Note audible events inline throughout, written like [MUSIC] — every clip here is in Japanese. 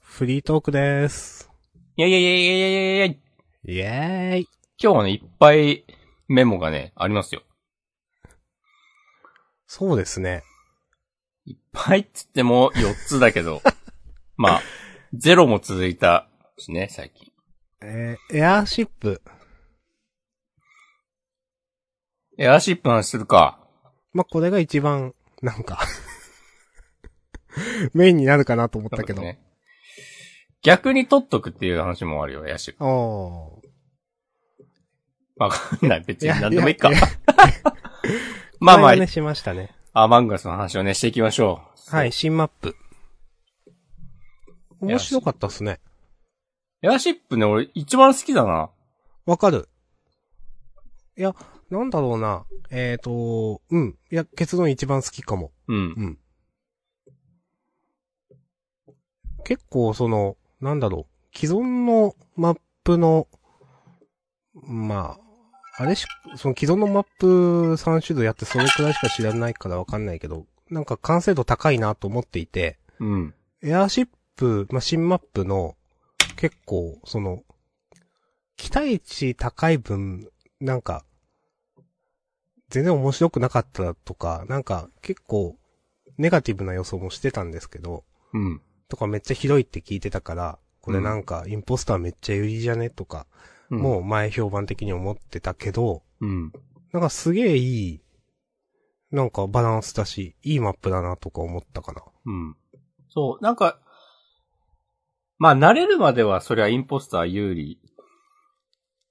フリートークです。いやいやいやいやいやいやいやイエーイ。今日はね、いっぱいメモがね、ありますよ。そうですね。いっぱいっつっても4つだ [LAUGHS] けど。まあ、ゼロも続いたしね、最近。えーエアーシップ。エアーシップの話するか。まあ、これが一番、なんか、メインになるかなと思ったけど。そうですね。逆に取っとくっていう話もあるよ、エアーシップ。おわかんない。 [LAUGHS] 別ー。に何でもいいかや。や [LAUGHS] まあまこあれ、ね、しましたね。アマンガスの話をね、していきましょう。はい、。新マップ。面白かったっすね。エアーシップね、俺一番好きだな。わかる。いや、なんだろうな。えっ、と、うん。いや、結論一番好きかも。うん。うん。結構その、なんだろう、既存のマップの、まあ、あれし、その既存のマップ3種類やってそれくらいしか知らないからわかんないけど、なんか完成度高いなと思っていて、うん。エアーシップ、まあ、新マップの、結構、その、期待値高い分、なんか、全然面白くなかったとか、なんか、結構、ネガティブな予想もしてたんですけど、うん。とかめっちゃ広いって聞いてたから、これなんか、インポスターめっちゃ有利じゃねとか、うんもう前評判的に思ってたけど、うん。なんかすげえいい、なんかバランスだし、いいマップだなとか思ったかな。うん。そう、なんか、まあ慣れるまではそりゃインポスター有利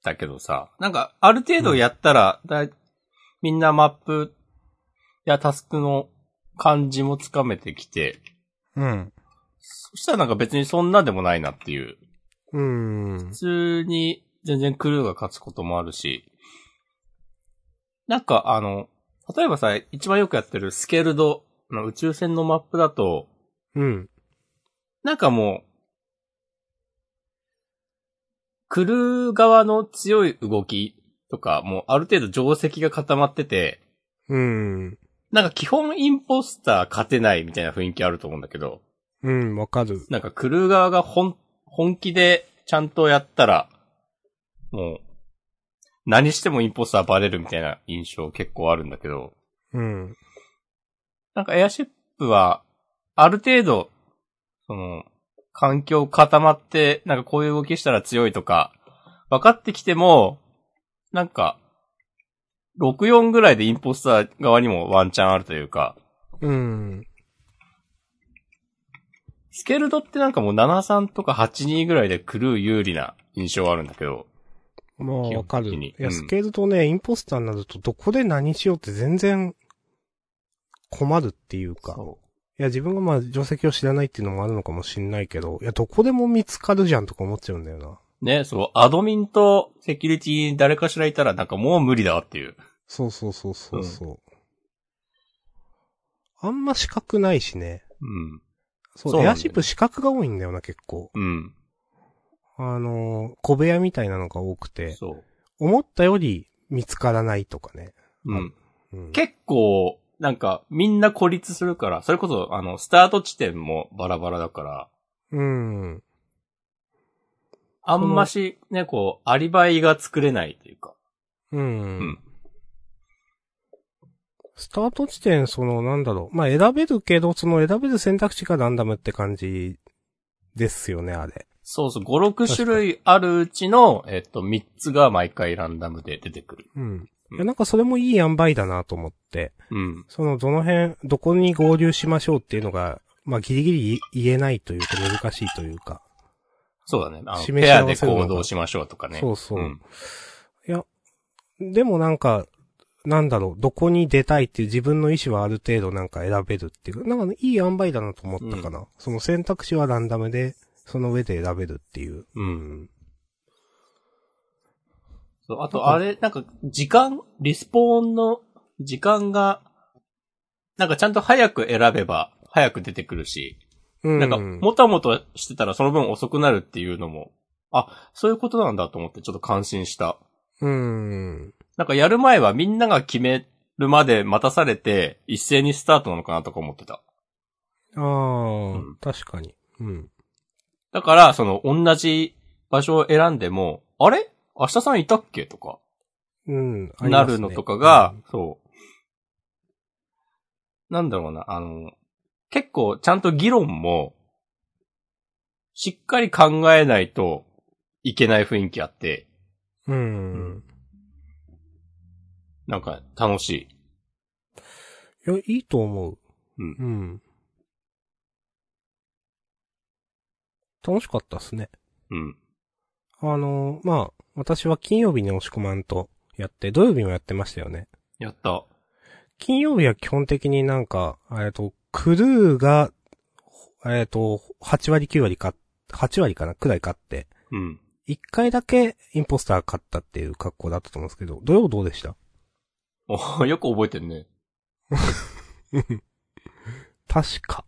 だけどさ、なんかある程度やったら、だいみんなマップやタスクの感じもつかめてきて、うん。そしたらなんか別にそんなでもないなっていう。うーん普。通に全然クルーが勝つこともあるし、なんかあの、例えばさ、一番よくやってるスケルドの宇宙船のマップだと、うん。なんかもう、クルー側の強い動きとか、もうある程度定石が固まってて、うん。なんか基本インポスター勝てないみたいな雰囲気あると思うんだけど、うん、わかる。なんかクルー側が本、本気でちゃんとやったら、もう、何してもインポスターバレるみたいな印象結構あるんだけど、うん。なんかエアシップは、ある程度、その、環境固まって、なんかこういう動きしたら強いとか、分かってきても、なんか、64ぐらいでインポスター側にもワンチャンあるというか、うん。スケルドってなんかもう73とか82ぐらいでクルー有利な印象はあるんだけど、まあ、基本的にわかる。いや、うんスケールとね、インポスターになると、どこで何しようって全然、困るっていうか。そいや、自分がまあ、定石を知らないっていうのもあるのかもしんないけど、いや、どこでも見つかるじゃんとか思っちゃうんだよな。ね、そう、アドミンとセキュリティに誰かしらいたらなんかもう無理だっていう。そうそうそうそうそう。あんま資格ないしね。そう、そうなんエだよねアシップ資格が多いんだよな、結構。うん、うん、あのー小部屋みたいなのが多くて、そう。思ったより見つからないとかね。うん。うん、結構、なんか、みんな孤立するから、それこそ、あの、スタート地点もバラバラだから、うん。あんまし、ね、こう、アリバイが作れないというか。うん。うんスタート地点、その、なんだろう。まあ、選べるけど、その選べる選択肢がランダムって感じですよね、あれ。そうそう、5、6種類あるうちの、えっと、3つが毎回ランダムで出てくる。うん。うんいや、なんかそれもいい塩梅だなと思って、うん。その、どの辺、どこに合流しましょうっていうのが、まあ、ギリギリ言えないというか、難しいというか。そうだね。あの、示しペ合アわでせるのが行動しましょうとかね。そうそううん。でもなんか、なんだろう、どこに出たいっていう自分の意思はある程度なんか選べるっていう、なんかね、いい塩梅だなと思ったかな。その選択肢はランダムで、その上で選べるっていう。うんん。そうあと、あれ、なんか、時間、リスポーンの時間が、なんかちゃんと早く選べば、早く出てくるし、うん。なんか、もたもたしてたらその分遅くなるっていうのも、あ、そういうことなんだと思ってちょっと感心した。うん。なんかやる前はみんなが決めるまで待たされて、一斉にスタートなのかなとか思ってた。ああ、うん確かに。うん。だから、その、同じ場所を選んでも、あれ明日さんいたっけとか、うん。ありなますねるのとかが、、そう。なんだろうな、あの、結構ちゃんと議論も、しっかり考えないといけない雰囲気あって、うん。うんなんか楽しい。いや、いいと思う。うんうん。楽しかったっすね。うん。あのーまあ、私は金曜日に押し込まんとやって、土曜日もやってましたよね。やった。金曜日は基本的になんか、えっと、クルーが、えっと、8割9割か、8割かなくらい買って、うん。 [LAUGHS] 1回だけインポスター買ったっていう格好だったと思うんですけど、土曜どうでしたおよく覚えてるね。確か。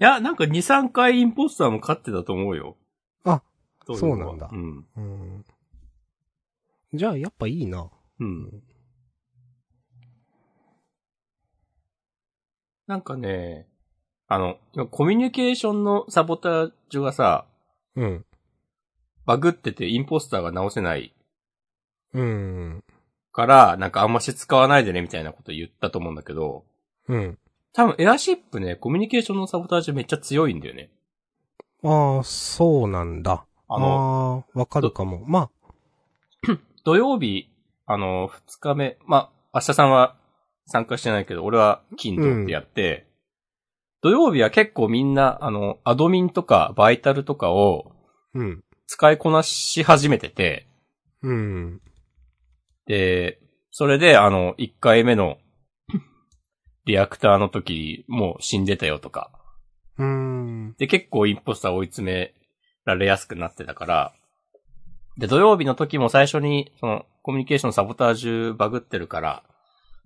いや、なんか2、3回インポスターも勝ってたと思うよ。あ、どいそうのなはんだうん。うん。じゃあ、やっぱいいな。うん。なんかね、あの、コミュニケーションのサボタージュがさ、うん。バグっててインポスターが直せないうん。から、なんかあんまし使わないでねみたいなこと言ったと思うんだけど、うん。多分エアシップね、コミュニケーションのサボタージュめっちゃ強いんだよね。ああ、そうなんだ。あの、ああ、わかるかも。ま土曜日、あの、二日目、まあ、明日さんは参加してないけど、俺は金土ってやって、土曜日は結構みんな、あの、アドミンとかバイタルとかをあ、うん。使いこなし始めてて、うん。で、それで、あの、一回目のリアクターの時、もう死んでたよとか、うーん。で、結構インポスター追い詰められやすくなってたから、で、土曜日の時も最初に、その、コミュニケーションサボタージュバグってるから、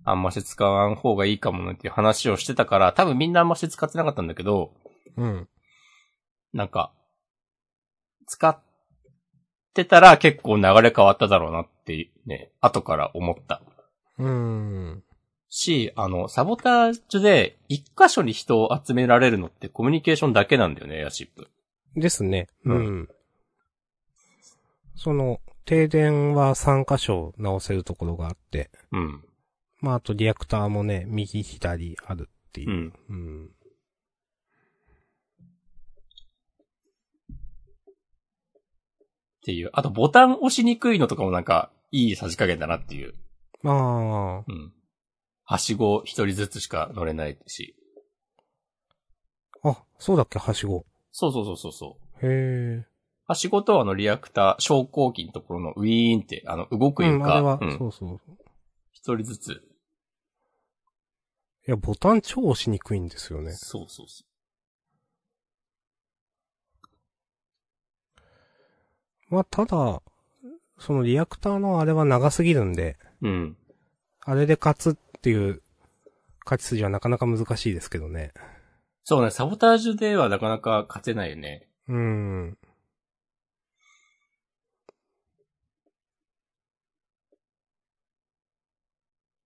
あんまし使わん方がいいかもねっていう話をしてたから、多分みんなあんまし使ってなかったんだけど、うん。なんか、使ってたら結構流れ変わっただろうなってね、後から思った。うーん。し、あの、サボタージュで一箇所に人を集められるのってコミュニケーションだけなんだよね、エアシップ。ですね。ううんん。その、停電は3箇所直せるところがあって、うん。まあ、あとリアクターもね、右左あるっていうう。ん。うん。っていう。あと、ボタン押しにくいのとかもなんか、いいさじ加減だなっていう。ああ、うん。はしご一人ずつしか乗れないし。あ、そうだっけ、はしご。そうそうそうそうそう。へえ。はしごとあのリアクター、昇降機のところのウィーンって、あの、動くういうあれか、は、うんそうそう。一人ずつ。いや、ボタン超押しにくいんですよね。そうそうそまあ、ただ、そのリアクターのあれは長すぎるんで、う。うん。あれで勝つっていう、勝ち筋はなかなか難しいですけどね。そうね、サボタージュではなかなか勝てないよね。うん。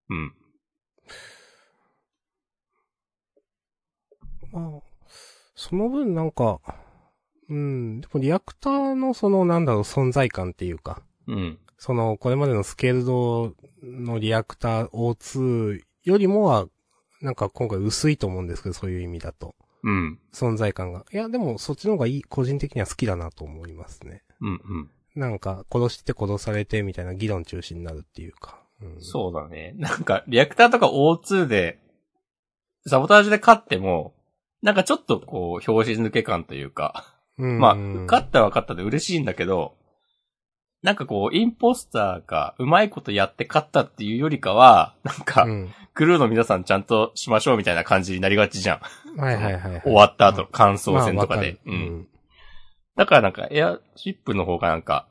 うん。まあ、その分なんか、うん、でもリアクターのそのなんだろう存在感っていうか、うん。そのこれまでのスケールドのリアクター O2 よりもは、なんか今回薄いと思うんですけど、そういう意味だと。うん。存在感が。いや、でもそっちの方がいい、個人的には好きだなと思いますね。うん。うん。なんか、殺して殺されてみたいな議論中心になるっていうか。うん、そうだね。なんか、リアクターとか O2 で、サボタージュで勝っても、なんかちょっとこう、表紙抜け感というか、う。ん、まあ、勝ったは勝ったで嬉しいんだけど、なんかこう、インポスターがうまいことやって勝ったっていうよりかは、なんかう、ん。クルーの皆さんちゃんとしましょうみたいな感じになりがちじゃん。はいはいはい、はい。終わった後、感想戦とかで。まうあわるん。だからなんか、エアシップの方がなんか、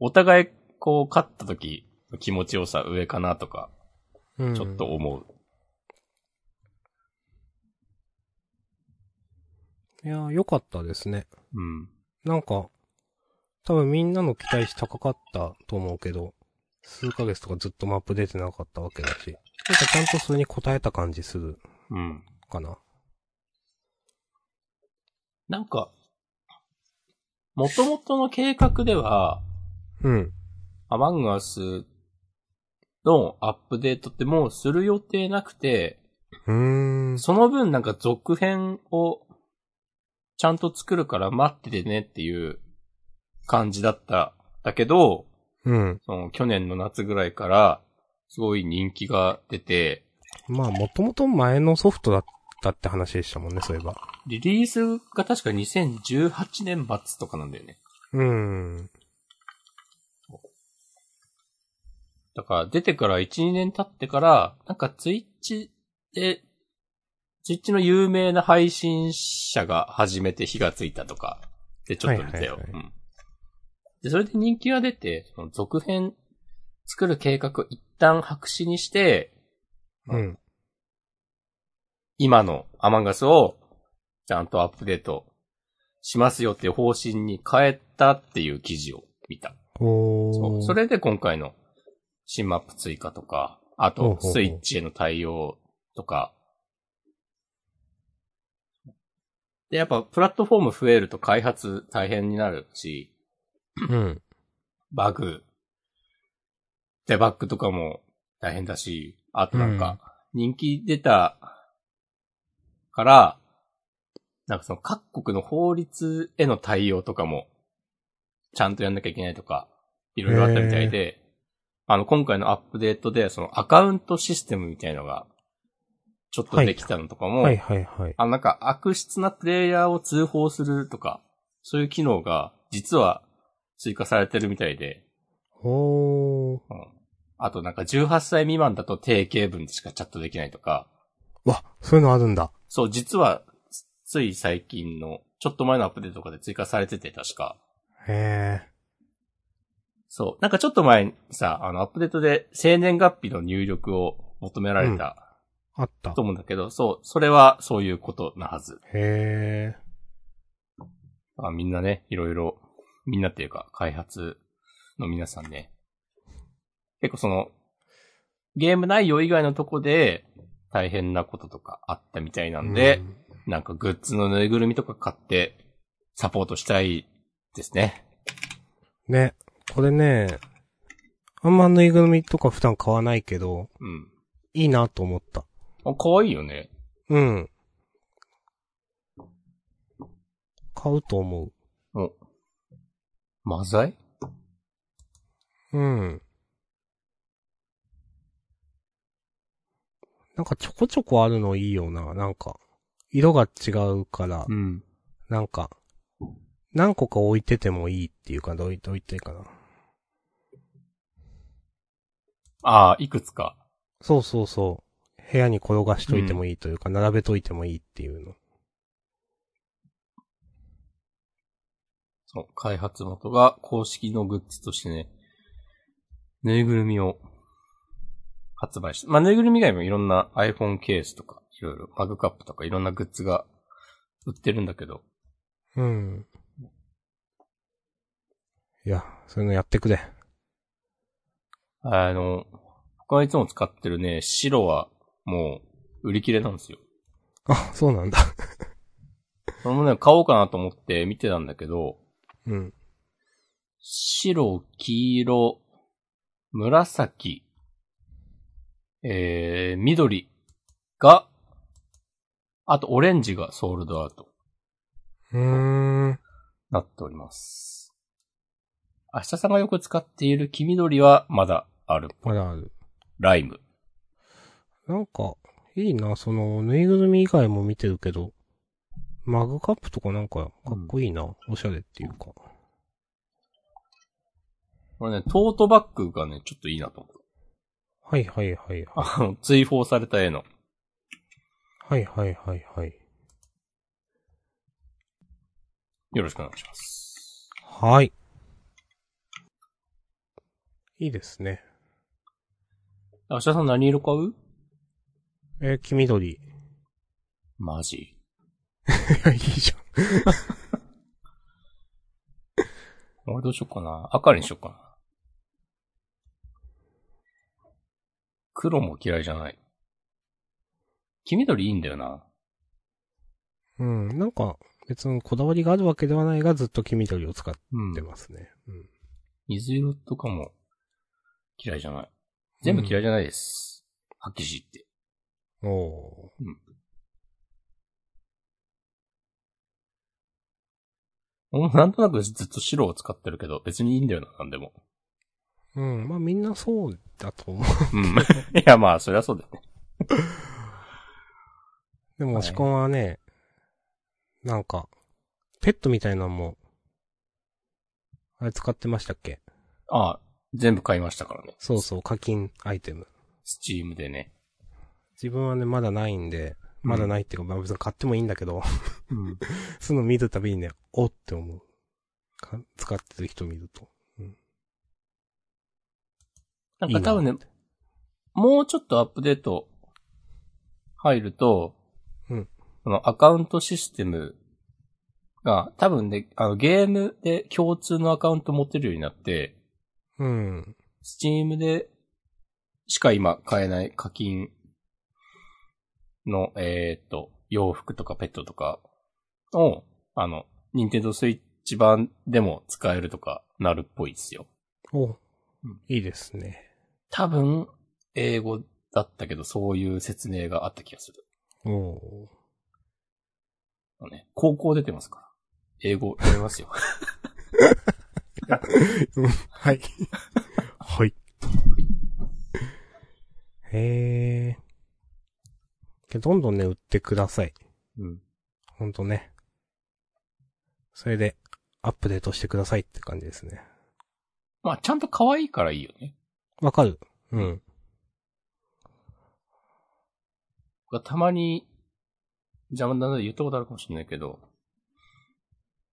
お互いこう、勝った時の気持ちよさ上かなとか、うん。うんちょっと。思う。いや、良かったですね。うん。なんか、多分みんなの期待値高かったと思うけど、数ヶ月とかずっとマップ出てなかったわけだし、なんかちゃんとそれに応えた感じするうん。かな。 [LAUGHS] なんか、元々の計画では、うん。アマングアスのアップデートってもうする予定なくて、うーん。その分なんか続編をちゃんと作るから待っててねっていう感じだった。だけど、うん。その去年の夏ぐらいからすごい人気が出て、まあ、もともと前のソフトだったって話でしたもんね、そういえば。リリースが確か2018年末とかなんだよね。うん。だから出てから1、2年経ってから、なんかツイッチで、ツイッチの有名な配信者が始めて火がついたとか、でちょっと見たよ。はいはいはうんで、それで人気が出て、その続編作る計画を一旦白紙にして、うん。今のアマンガスをちゃんとアップデートしますよっていう方針に変えたっていう記事を見た。そおー。うそれで今回の新マップ追加とか、ほあうとほうほうスイッチへの対応とか。で、やっぱプラットフォーム増えると開発大変になるし、うん。バグ、デバッグとかも大変だし、あとなんか、人気出たから、なんかその各国の法律への対応とかも、ちゃんとやんなきゃいけないとか、いろいろあったみたいで、あの、今回のアップデートで、そのアカウントシステムみたいのが、ちょっとできたのとかも、はいはいはい。あ、なんか悪質なプレイヤーを通報するとか、そういう機能が実は追加されてるみたいで、おー。うんあとなんか18歳未満だと定型文でしかチャットできないとか、わ、そういうのあるんだ。そう、実はつつい最近の、ちょっと前のアップデートとかで追加されてて確か。へそう、なんかちょっと前にさ、あのアップデートで生年月日の入力を求められたー。あったと。思うんだけど、そう、それはそういうことなはず。へあみんなね、いろいろ、みんなっていうか、開発の皆さんね。結構その、ゲーム内容以外のとこで、大変なこととかあったみたいなー。んで、、なんかグッズのぬいぐるみとか買って、サポートしたいですね。ね、これね、あんまぬいぐるみとか普段買わないけど、うん。いいなと思った。あ、可愛いよね。うん。買うと思マザイう。うん。なんかちょこちょこあるのいいよな、なんか。色が違うから、ん。なんか、何個か置いててもいいっていうか、どういどう言っていいかな。ああ、いくつか。そうそうそう。部屋に転がしといてもいいというか、並べといてもいいっていうの。そう、開発元が公式のグッズとしてね、ぬいぐるみを発売して、まあ、ぬいぐるみ以外もいろんな iPhone ケースとか、いろいろ、マグカップとかいろんなグッズが売ってるんだけど、うん。いや、そういうのやってくれ。あの、僕がいつも使ってるね、白はもう売り切れなんですよ。あ、そうなんだ。それもね、買おうかなと思って見てたんだけど、うん。白、黄色、紫、えー、緑が、あとオレンジがソールドアウトうーん。なっております。明日さんがよく使っている黄緑はまだある。まだある。ライム。なんか、いいな、その、ぬいぐるみ以外も見てるけど、マグカップとかなんか、かっこいいな。おしゃれっていうか。これね、トートバッグがね、ちょっといいなと思っはいはいはいはい。た。あの、追放された絵の。はいはいはいはい。よろしくお願いします。はい。いいですね。明日さん何色買うえー黄 [LAUGHS] 緑。マジ。いや、いいじゃん。俺どうしよっかな。赤にしよっかな。黒も嫌いじゃない。黄緑いいんだよな。うん、なんか、別にこだわりがあるわけではないが、ずっと黄緑を使っうんて。ますね。うん。水色とかも嫌いじゃない。全部嫌いじゃないです。はっきり言って。お俺もなんとなくずっと白を使ってるけど、別にいいんだよな、なんでも。ーうん。まあみんなそうだと思う。 [LAUGHS] うん。 [LAUGHS] いや、まあ、そりゃそうだよね。でも、はい押し込まはね、なんか、ペットみたいなのも、あれ使ってましたっけああ、全部買いましたからね。そうそう、課金アイテム。スチームでね。自分はね、まだないんで、まだないっていうか、まあ別に買ってもいいんだけど、うん。 [LAUGHS] その見るたびにね、おって思う。か使ってる人見ると。なんか多分ね、もうちょっとアップデート入ると、うんそのアカウントシステムが、多分ね、あのゲームで共通のアカウント持てるようになって、うん。スチームでしか今買えない課金の、えーっと、洋服とかペットとかを、あの、ニンテンドースイッチ版でも使えるとかなるっぽいですよ。おうん、いいですね。多分、英語だったけど、そういう説明があった気がする。おね、高校出てますから。英語読めますよ。はい。はい。へえ。どんどんね、売ってください。 [LAUGHS] うん。ほんとね。それで、アップデートしてくださいって感じですね。まあ、ちゃんと可愛いからいいよね。わかるうん。僕はたまに、邪魔だなで言ったことあるかもしれないけど、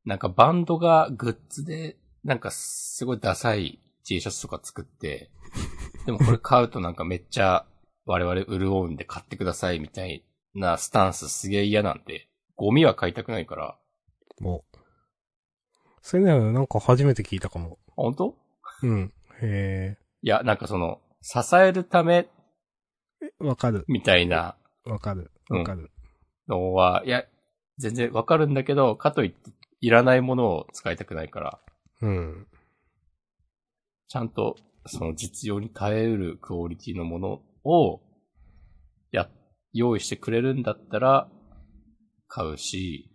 なんかバンドがグッズで、なんかすごいダサい T シャツとか作って、でもこれ買うとなんかめっちゃ我々潤うんで買ってくださいみたいなスタンスすげえ嫌なんで、ゴミは買いたくないから、もう。それならなんか初めて聞いたかも。あ本当うん。へいや、なんかその、支えるためえ。わかる。みたいなわかる。うんわかる。のは、いや、全然わかるんだけど、かといって、いらないものを使いたくないから、うん。ちゃんと、その実用に耐えうるクオリティのものを、や、用意してくれるんだったら、買うし、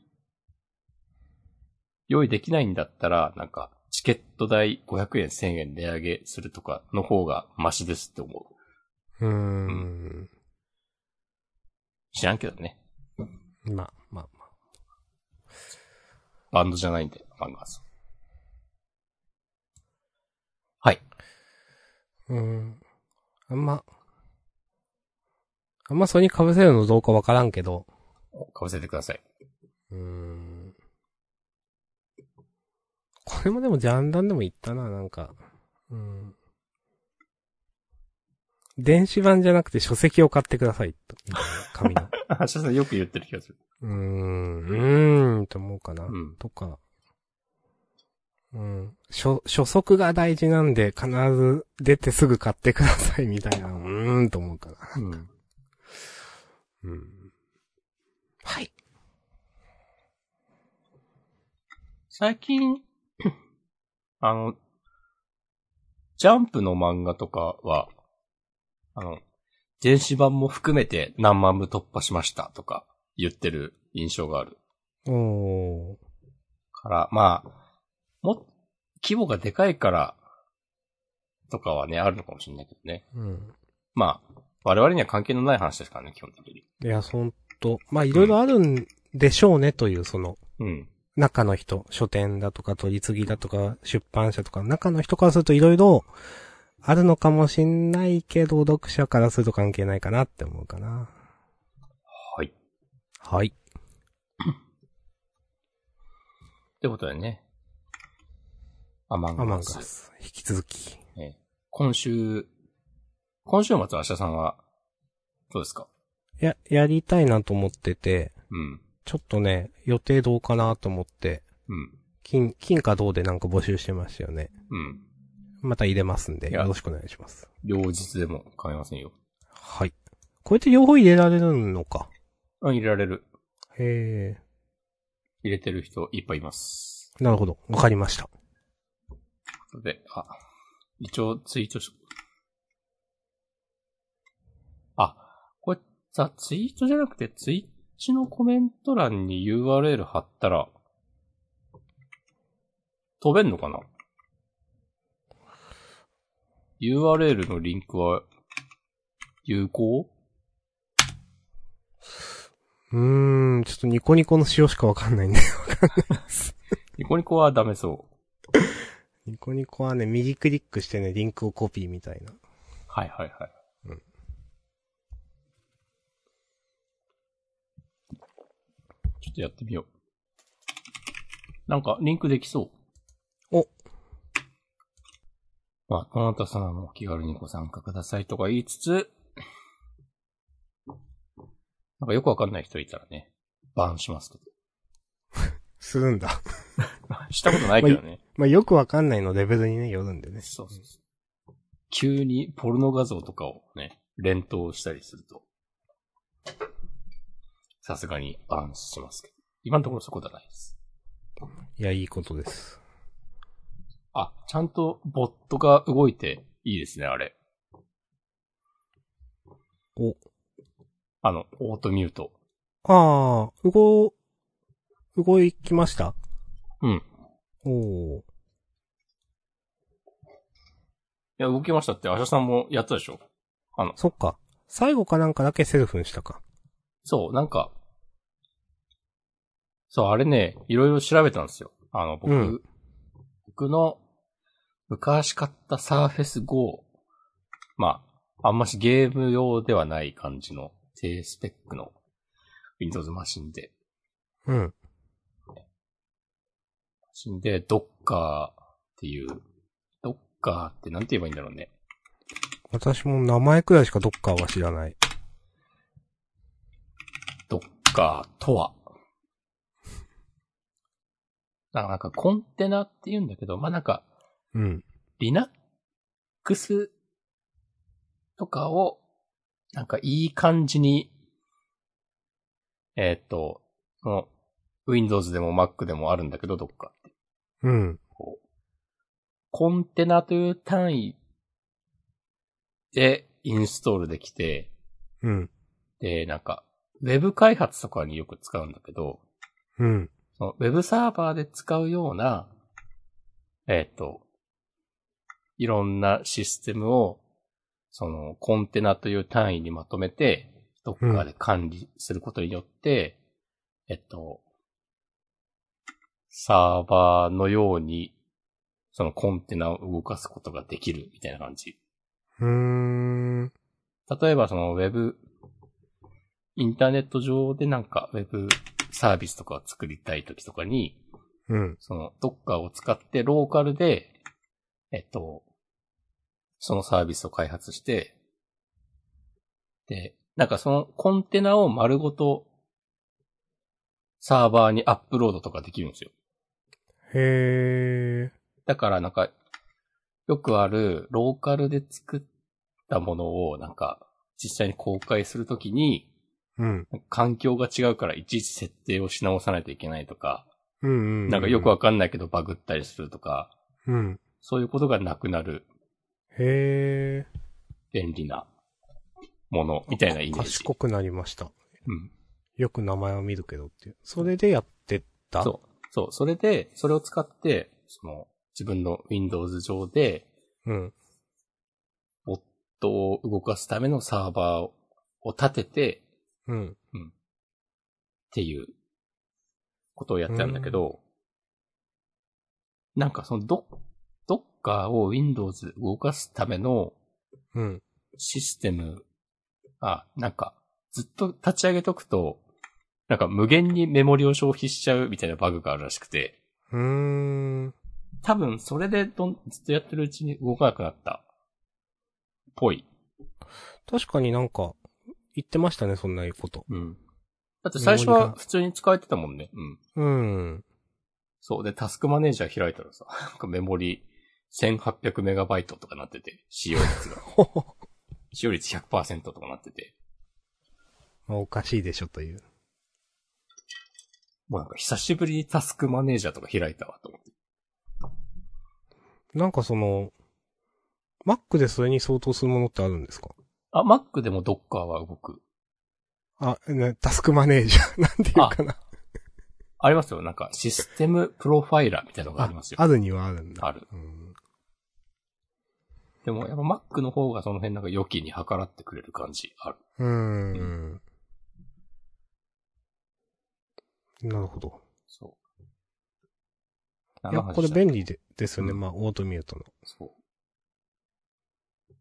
用意できないんだったら、なんか、チケット代500円1000円値上げするとかの方がマシですって思う。うーん。知らんけどね。まあ、まあ、まあ。バンドじゃないんで、漫画はそう。はい。うーん。あんま、あんまそれに被せるのどうかわからんけど。買わせてください。うーん。これもでもジャンダンでも言ったな、なんか。うん。電子版じゃなくて書籍を買ってください、と。紙の。あ、シャさんよく言ってる気がする。うーん、うーん、と思うかな。ん。とか。うん。初、初速が大事なんで、必ず出てすぐ買ってくださいみたいな、うーんと思うかな。うん。うん。はい。最近、あの、ジャンプの漫画とかは、あの、電子版も含めて何万部突破しましたとか言ってる印象があるおー。から、まあ、も、規模がでかいから、とかはね、あるのかもしれないけどね。うん。まあ、我々には関係のない話ですからね、基本的に。いや、ほんと。まあ、いろいろあるんでしょうね、という、その、うん。中の人、書店だとか、取り次ぎだとか、出版社とか、中の人からするといろいろ、あるのかもしんないけど、読者からすると関係ないかなって思うかな。はい。はい。ってことでね。アマンアマンガガス。ス。引き続き。ね今週、今週末、明日さんは、どうですかや、やりたいなと思ってて、うん。ちょっとね、予定どうかなと思って、うん。金、金か銅でなんか募集してましたよね。うん。また入れますんで、いやよろしくお願いします。両日でも構いませんよ。はい。こうやって両方入れられるのか。あ、入れられる。へ入れてる人いっぱいいます。なるほど。わかりました。それで、あ、一応ツイートし、あ、これさ、ツイートじゃなくて、ツイッチのコメント欄に URL 貼ったら、飛べんのかな ?URL のリンクは、有効うーん、ちょっとニコニコの仕様しかわかんないんで。 [LAUGHS] ニコニコはダメそう。ニコニコはね、右クリックしてね、リンクをコピーみたいな。はいはいはい。うんちょっとやってみよう。なんか、リンクできそう。おまあ、この後さんもお気軽にご参加くださいとか言いつつ、なんかよくわかんない人いたらね、バンしますけど。するんだ。したことないけどね。まあ、よくわかんないのレベルにね、よるんでね。そうそうそう。急にポルノ画像とかをね、連投したりすると、さすがにバンしますけど。今のところそこじゃないです。いや、いいことです。あ、ちゃんとボットが動いていいですね、あれ。お。あの、オートミュート。ああ、動、動いきましたうん。いおー。や、動きましたって、アシャさんもやったでしょそっか。最後かなんかだけセルフにしたか。そう、なんか、そう、あれね、いろいろ調べたんですよ。あの、僕、うん僕の昔買ったサーフェス GO、まあ、あんましゲーム用ではない感じの低スペックの Windows マシンで、うん。マシンで Docker っていう、Docker ってなんて言えばいいんだろうね。私も名前くらいしかどっかは知らない。ドッカーとは。だからなんかコンテナって言うんだけど、まあ、なんか、うん。 Linux とかを、なんかいい感じに、えーっと、その、Windows でも Mac でもあるんだけど、どっかって。うん。こうコンテナという単位でインストールできて、うん。で、なんか、ウェブ開発とかによく使うんだけど、うん。そのウェブサーバーで使うような、えっ、と、いろんなシステムを、そのコンテナという単位にまとめて、どっかで管理することによって、えっと、サーバーのように、そのコンテナを動かすことができるみたいな感じ。うーん。例えばそのウェブ、インターネット上でなんかウェブサービスとかを作りたいときとかに、うん。その、ドッカーを使ってローカルで、えっと、そのサービスを開発して、で、なんかそのコンテナを丸ごとサーバーにアップロードとかできるんですよ。へー。だからなんか、よくあるローカルで作ったものをなんか実際に公開するときにうん。環境が違うからいちいち設定をし直さないといけないとか、うんうん。なんかよくわかんないけどバグったりするとか、うん。そういうことがなくなるへー。便利なものみたいなイメージ。賢くなりました。うん。よく名前を見るけどっていう。それでやってったそう。そう。それで、それを使って、その、自分の Windows 上で、う。うん。ボットを動かすためのサーバーを立てて、うん。っていう、ことをやってたんだけど、なんかその、ど、どっかを Windows 動かすためのうん。システム、あ、なんか、ずっと立ち上げとくと、なんか無限にメモリを消費しちゃうみたいなバグがあるらしくて、うーん。多分それでどん、ずっとやってるうちに動かなくなった。ぽい。確かになんか、言ってましたね、そんなこと。うん。だって最初は普通に使えてたもんね。うん。うん。そう。で、タスクマネージャー開いたらさ、 [LAUGHS] なんかメモリ1800メガバイトとかなってて、使用率が。ほ [LAUGHS] ほ。使用率100%とかなってて。まあおかしいでしょという。もうなんか久しぶりにタスクマネージャーとか開いたわと思って。なんかその、Mac でそれに相当するものってあるんですかあ、Mac でも Docker は動く。あ、ね、タスクマネージャー。 [LAUGHS] なんていうかな。ありますよ。なんかシステムプロファイラーみたいなのがありますよ。あるにはあるんだ。ある。うんでもやっぱ Mac の方がその辺なんか良きに計らってくれる感じある。うーん。なるほど。そう。いや、これ便利。利でですよね。うんまあ、オートミュートの。そう。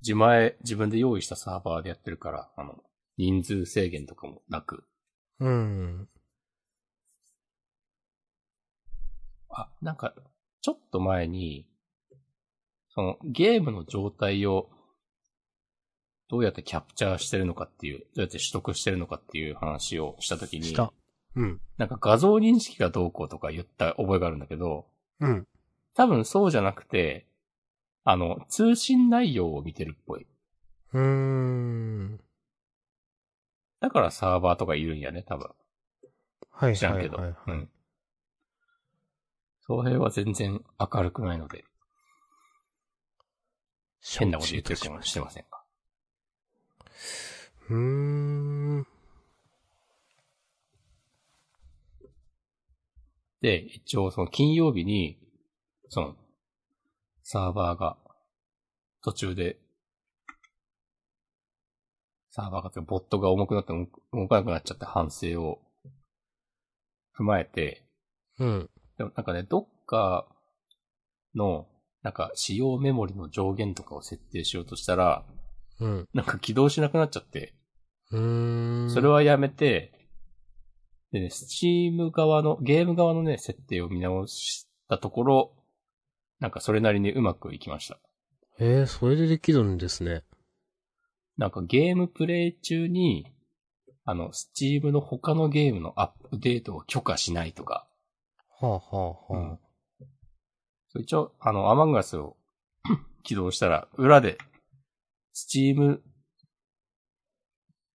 自前、自分で用意したサーバーでやってるから、あの、人数制限とかもなく。うん。あ、なんか、ちょっと前に、その、ゲームの状態を、どうやってキャプチャーしてるのかっていう、どうやって取得してるのかっていう話をしたときにし、た。うん。なんか画像認識がどうこうとか言った覚えがあるんだけど、うん。多分そうじゃなくて、あの、通信内容を見てるっぽい。うーん。だからサーバーとかいるんやね、多分。はい知らんはけいど。はい。うん。その辺は全然明るくないので、変なこと言ってるかもしれませんが。うーん。で、一応その金曜日に、その、サーバーが、途中で、サーバーがというか、ボットが重くなって動く動かなくなっちゃって反省を踏まえて、うん。でもなんかね、どっかの、なんか使用メモリの上限とかを設定しようとしたら、うん。なんか起動しなくなっちゃって、うーん。それはやめて、でね、スチーム側の、ゲーム側のね、設定を見直したところ、なんかそれなりにうまくいきました。えー、それでできるんですね。なんかゲームプレイ中に、あの、スチームの他のゲームのアップデートを許可しないとか、はあはあはあ。そう一応、あの、アマンガスを [COUGHS] 起動したら、裏で、スチーム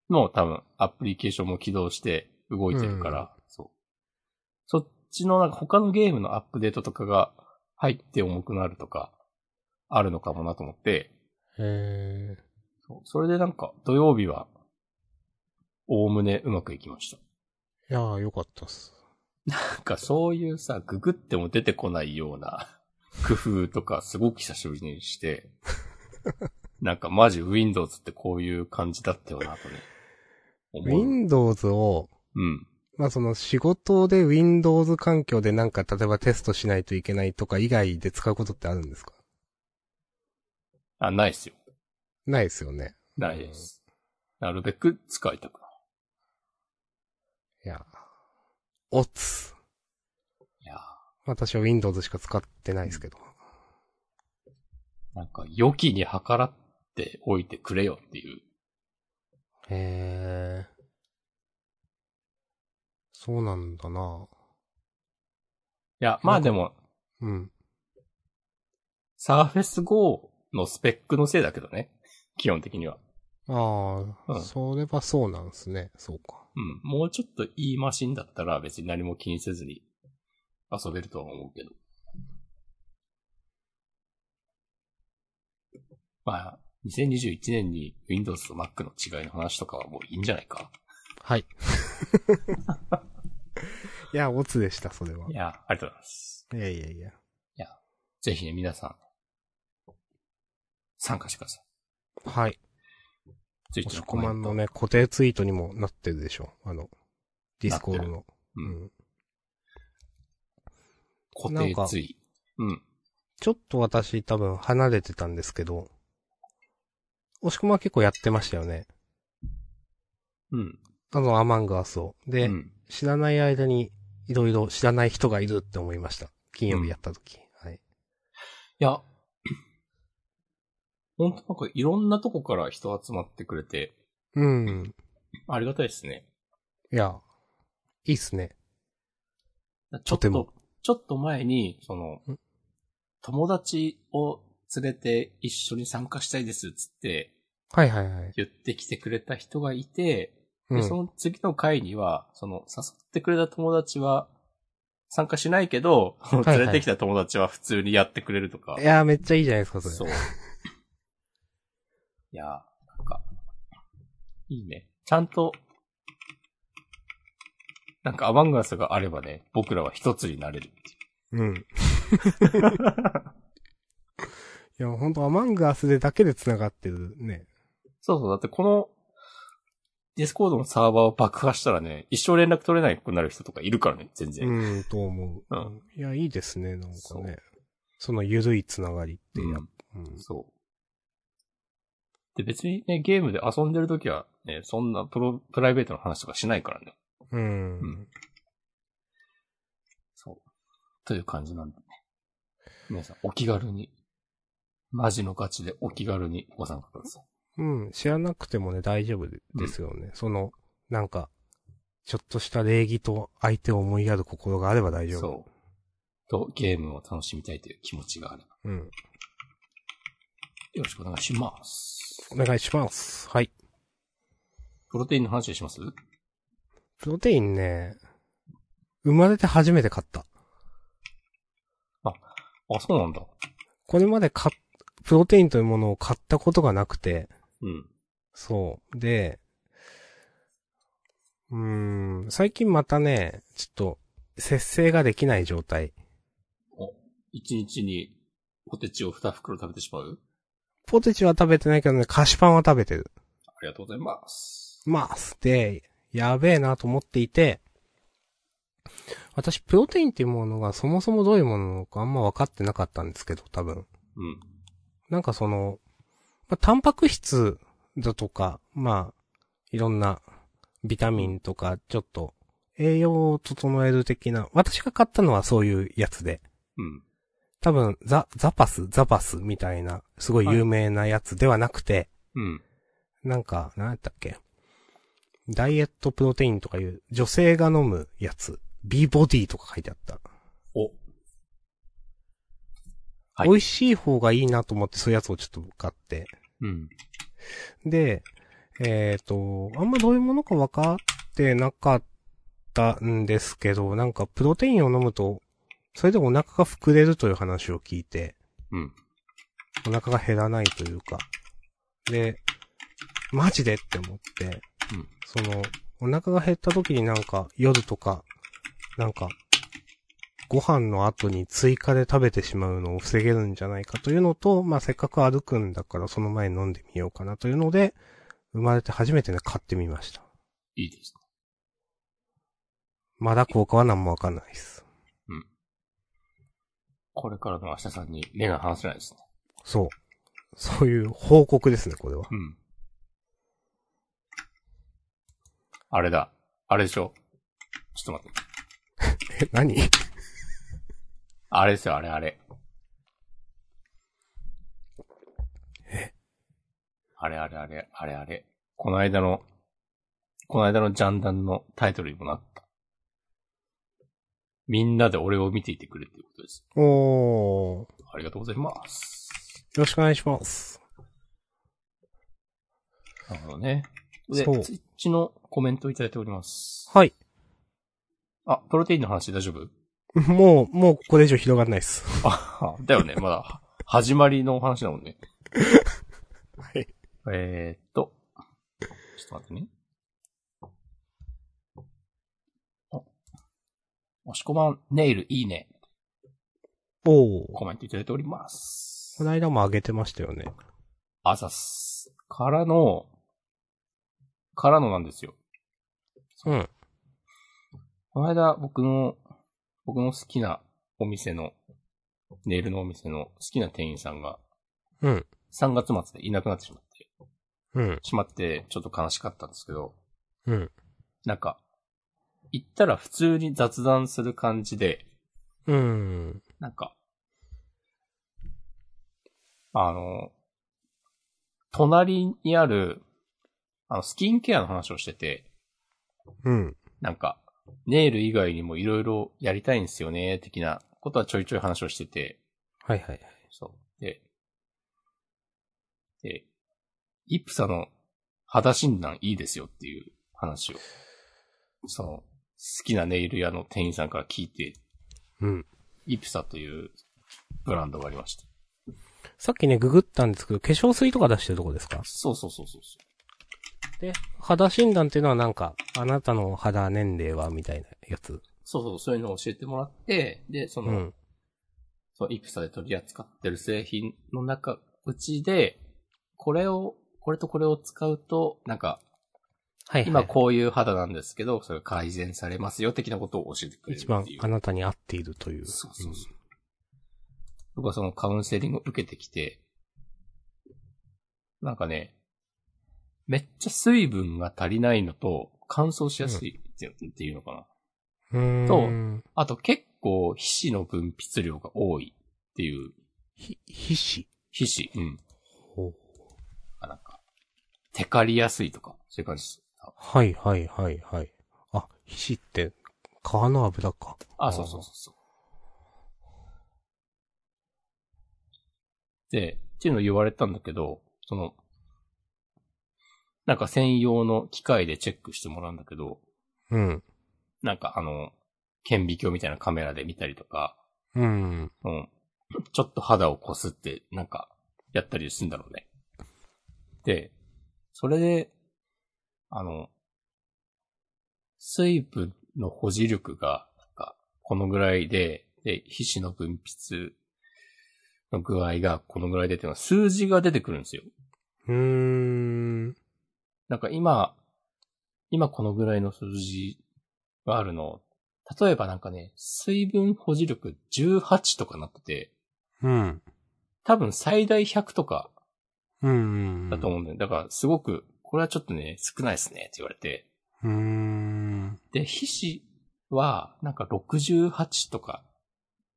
の多分、アプリケーションも起動して動いてるから、うんそう。そっちのなんか他のゲームのアップデートとかが入って重くなるとか、あるのかもなと思って、へえ。そうそれでなんか土曜日は、おおむねうまくいきました。いやー、よかったっす。なんかそういうさ、ググっても出てこないような [LAUGHS] 工夫とかすごく久しぶりにして、なんかマジ Windows ってこういう感じだったよな、とね。思う。 Windows を、うん。まあその仕事で Windows 環境でなんか例えばテストしないといけないとか以外で使うことってあるんですかあ、ないっすよ。ないですよね。ないです。なるべく使いたくない。いや。おつ。いや私は Windows しか使ってないですけど。ーなんか良きに計らっておいてくれよっていう。へえ。そうなんだな。いや、まあでも、うん。 Surface Go のスペックのせいだけどね。基本的には。ああ、うんそれはそうなんですね。そうか。うん。もうちょっといいマシンだったら別に何も気にせずに遊べるとは思うけど。まあ、2021年に Windows と Mac の違いの話とかはもういいんじゃないか。はい。 [LAUGHS] いや、オツでした、それは。いいや、ありがとうございます。やいやいや。ぜひね、皆さん、参加してください。はい。ツイッ押チしの込コメまんンのト。ね、固定ツイートにもなってるでしょ。あの、ディスコードの。う。うんん。固なん定かツイ。うん。ちょっと私多分離れてたんですけど、押し込まは結構やってましたよね。うん。あの、アマングアスを。で、うん。知らない間に、いろいろ知らない人がいるって思いました。金曜日やった時。はい。いや、 [COUGHS] 本当なんかいろんなとこから人集まってくれて、うん。ありがたいですね。いや、いいっすね。ちょとってもと、ちょっと前に、そのん、友達を連れて一緒に参加したいですっつってはいはいはい。言ってきてくれた人がいて、うで、そん。の次の回には、その、誘ってくれた友達は、参加しないけど、はい連れてきた友達は普通にやってくれるとか。いやー、めっちゃいいじゃないですか、それ。そう。いやー、なんか、いいね。ちゃんと、なんかアバンガラスがあればね、僕らは一つになれる。 [LAUGHS] うん。いや、ほんとアマングアスでだけで繋がってるね。そうそう、だってこの、ディスコードのサーバーを爆破したらね、一生連絡取れなくなる人とかいるからね、全然。うん、と思う。うんいや、いいですね、なんかそうね。そのゆるいつながりってやっうんそう。で、別にね、ゲームで遊んでるときは、ね、そんなプロ、プライベートの話とかしないからね。うん。うんそう。という感じなんでね。皆さん、お気軽に。マジのガチでお気軽にご参加ください。うん、知らなくてもね、大丈夫でですよね。その、なんか、ちょっとした礼儀と相手を思いやる心があれば大丈夫。そう。と、ゲームを楽しみたいという気持ちがあれば。う。うん。よろしくお願いします。お願いします。はい。プロテインの話しますプロテインね、生まれて初めて買った。あ、そうなんだ。これまで買っ、プロテインというものを買ったことがなくて、うん。そう。で、うーん、最近またね、ちょっと、節制ができない状態。一日にポテチを二袋食べてしまうポテチは食べてないけどね、菓子パンは食べてる。ありがとうございます。まあ、で、やべえなと思っていて、私、プロテインっていうものがそもそもどういうものなのかあんま分かってなかったんですけど、多分。うん。なんかその、まあ、タンパク質だとか、まあ、いろんなビタミンとか、ちょっと栄養を整える的な、私が買ったのはそういうやつで、うん。多分ザ、ザパス、ザパスみたいな、すごい有名なやつではなくて、うん。なんか、なんやったっけダイエットプロテインとかいう、女性が飲むやつ、B ボディとか書いてあった。お。はい美味しい方がいいなと思って、そういうやつをちょっと買って。うん。で、えっ、と、あんまどういうものか分かってなかったんですけど、なんかプロテインを飲むと、それでお腹が膨れるという話を聞いて、うん。お腹が減らないというか。で、マジでって思って、うんその、お腹が減った時になんか夜とか、なんか、ご飯の後に追加で食べてしまうのを防げるんじゃないかというのと、まあ、せっかく歩くんだからその前に飲んでみようかなというので、生まれて初めてね、買ってみました。いいですね。まだ効果は何もわかんないです。これからの明日さんに目が離せないですね。そう。そういう報告ですね、これは。うん。あれだ。あれでしょ。ちょっと待って。え、何 [LAUGHS] あれですよ、あれあれ。えあれあれあれ、あれあれ。この間の、この間のジャンダンのタイトルにもなった。みんなで俺を見ていてくれっていうことです。おー。よありがとうございます。ろしくお願いします。なるほどね。で、そうツイッチのコメントをいただいております。はい。あ、プロテインの話大丈夫もう、もうこれ以上広がらないです。あ、 [LAUGHS] だよね、まだ、始まりのお話だもんね。はい。えー、っと、ちょっと待ってね。あ押し込まん、ネイル、いいね。おー。コメントいただいておりますこ。の間も上げてましたよね。あざっす。からの、からのなんですよ。うん。この間、僕の、僕の好きなお店の、ネイルのお店の好きな店員さんが、うん。 3月末でいなくなってしまって、うん。しまって、ちょっと悲しかったんですけど、うん。なんか、行ったら普通に雑談する感じで、うん。なんか、あの、隣にある、あの、スキンケアの話をしてて、うん。なんか、ネイル以外にもいろいろやりたいんですよね、的なことはちょいちょい話をしてて、はいはい。そう。で、で、イプサの肌診断いいですよっていう話を。その、好きなネイル屋の店員さんから聞いて、うん。イプサというブランドがありました。さっきね、ググったんですけど、化粧水とか出してるとこですかそうそうそうそうそで、肌診断っていうのはなんか、あなたの肌年齢はみたいなやつ。う。そうそう、そういうのを教えてもらって、で、そうの、ん。そのイプサで取り扱ってる製品の中、うちで、これを、これとこれを使うと、なんか、はい、はい。今こういう肌なんですけど、それが改善されますよ、的なことを教えてくれる一番っていうあなたに合っているという。そうそうそう。僕はそのカウンセリングを受けてきて、なんかね、めっちゃ水分が足りないのと、乾燥しやすいってっていうのかな。うん。そううん。あと結構皮脂の分泌量が多いっていう、ひ、皮脂。皮脂、うん。ほうあなんか、テカりやすいとか、そういう感じです。はいはいはいはい。あ、皮脂って、皮の油か。あ、そうそうそうそう。で、っていうのを言われたんだけど、その、なんか専用の機械でチェックしてもらうんだけど、うん。なんかあの、顕微鏡みたいなカメラで見たりとか、うん。うん。ちょっと肌をこすって、なんか、やったりするんだろうね。で、それで、あの、水分の保持力が、なんか、このぐらいで、で、皮脂の分泌の具合がこのぐらいでっていうのは数字が出てくるんですよ。うーん。なんか今、今このぐらいの数字があるの。例えばなんかね、水分保持力18とかなってて、うん。多分最大100とかうん。だと思うんだよ。だからすごく、これはちょっとね、少ないですねって言われて。うーん。で、皮脂は、なんか68とか、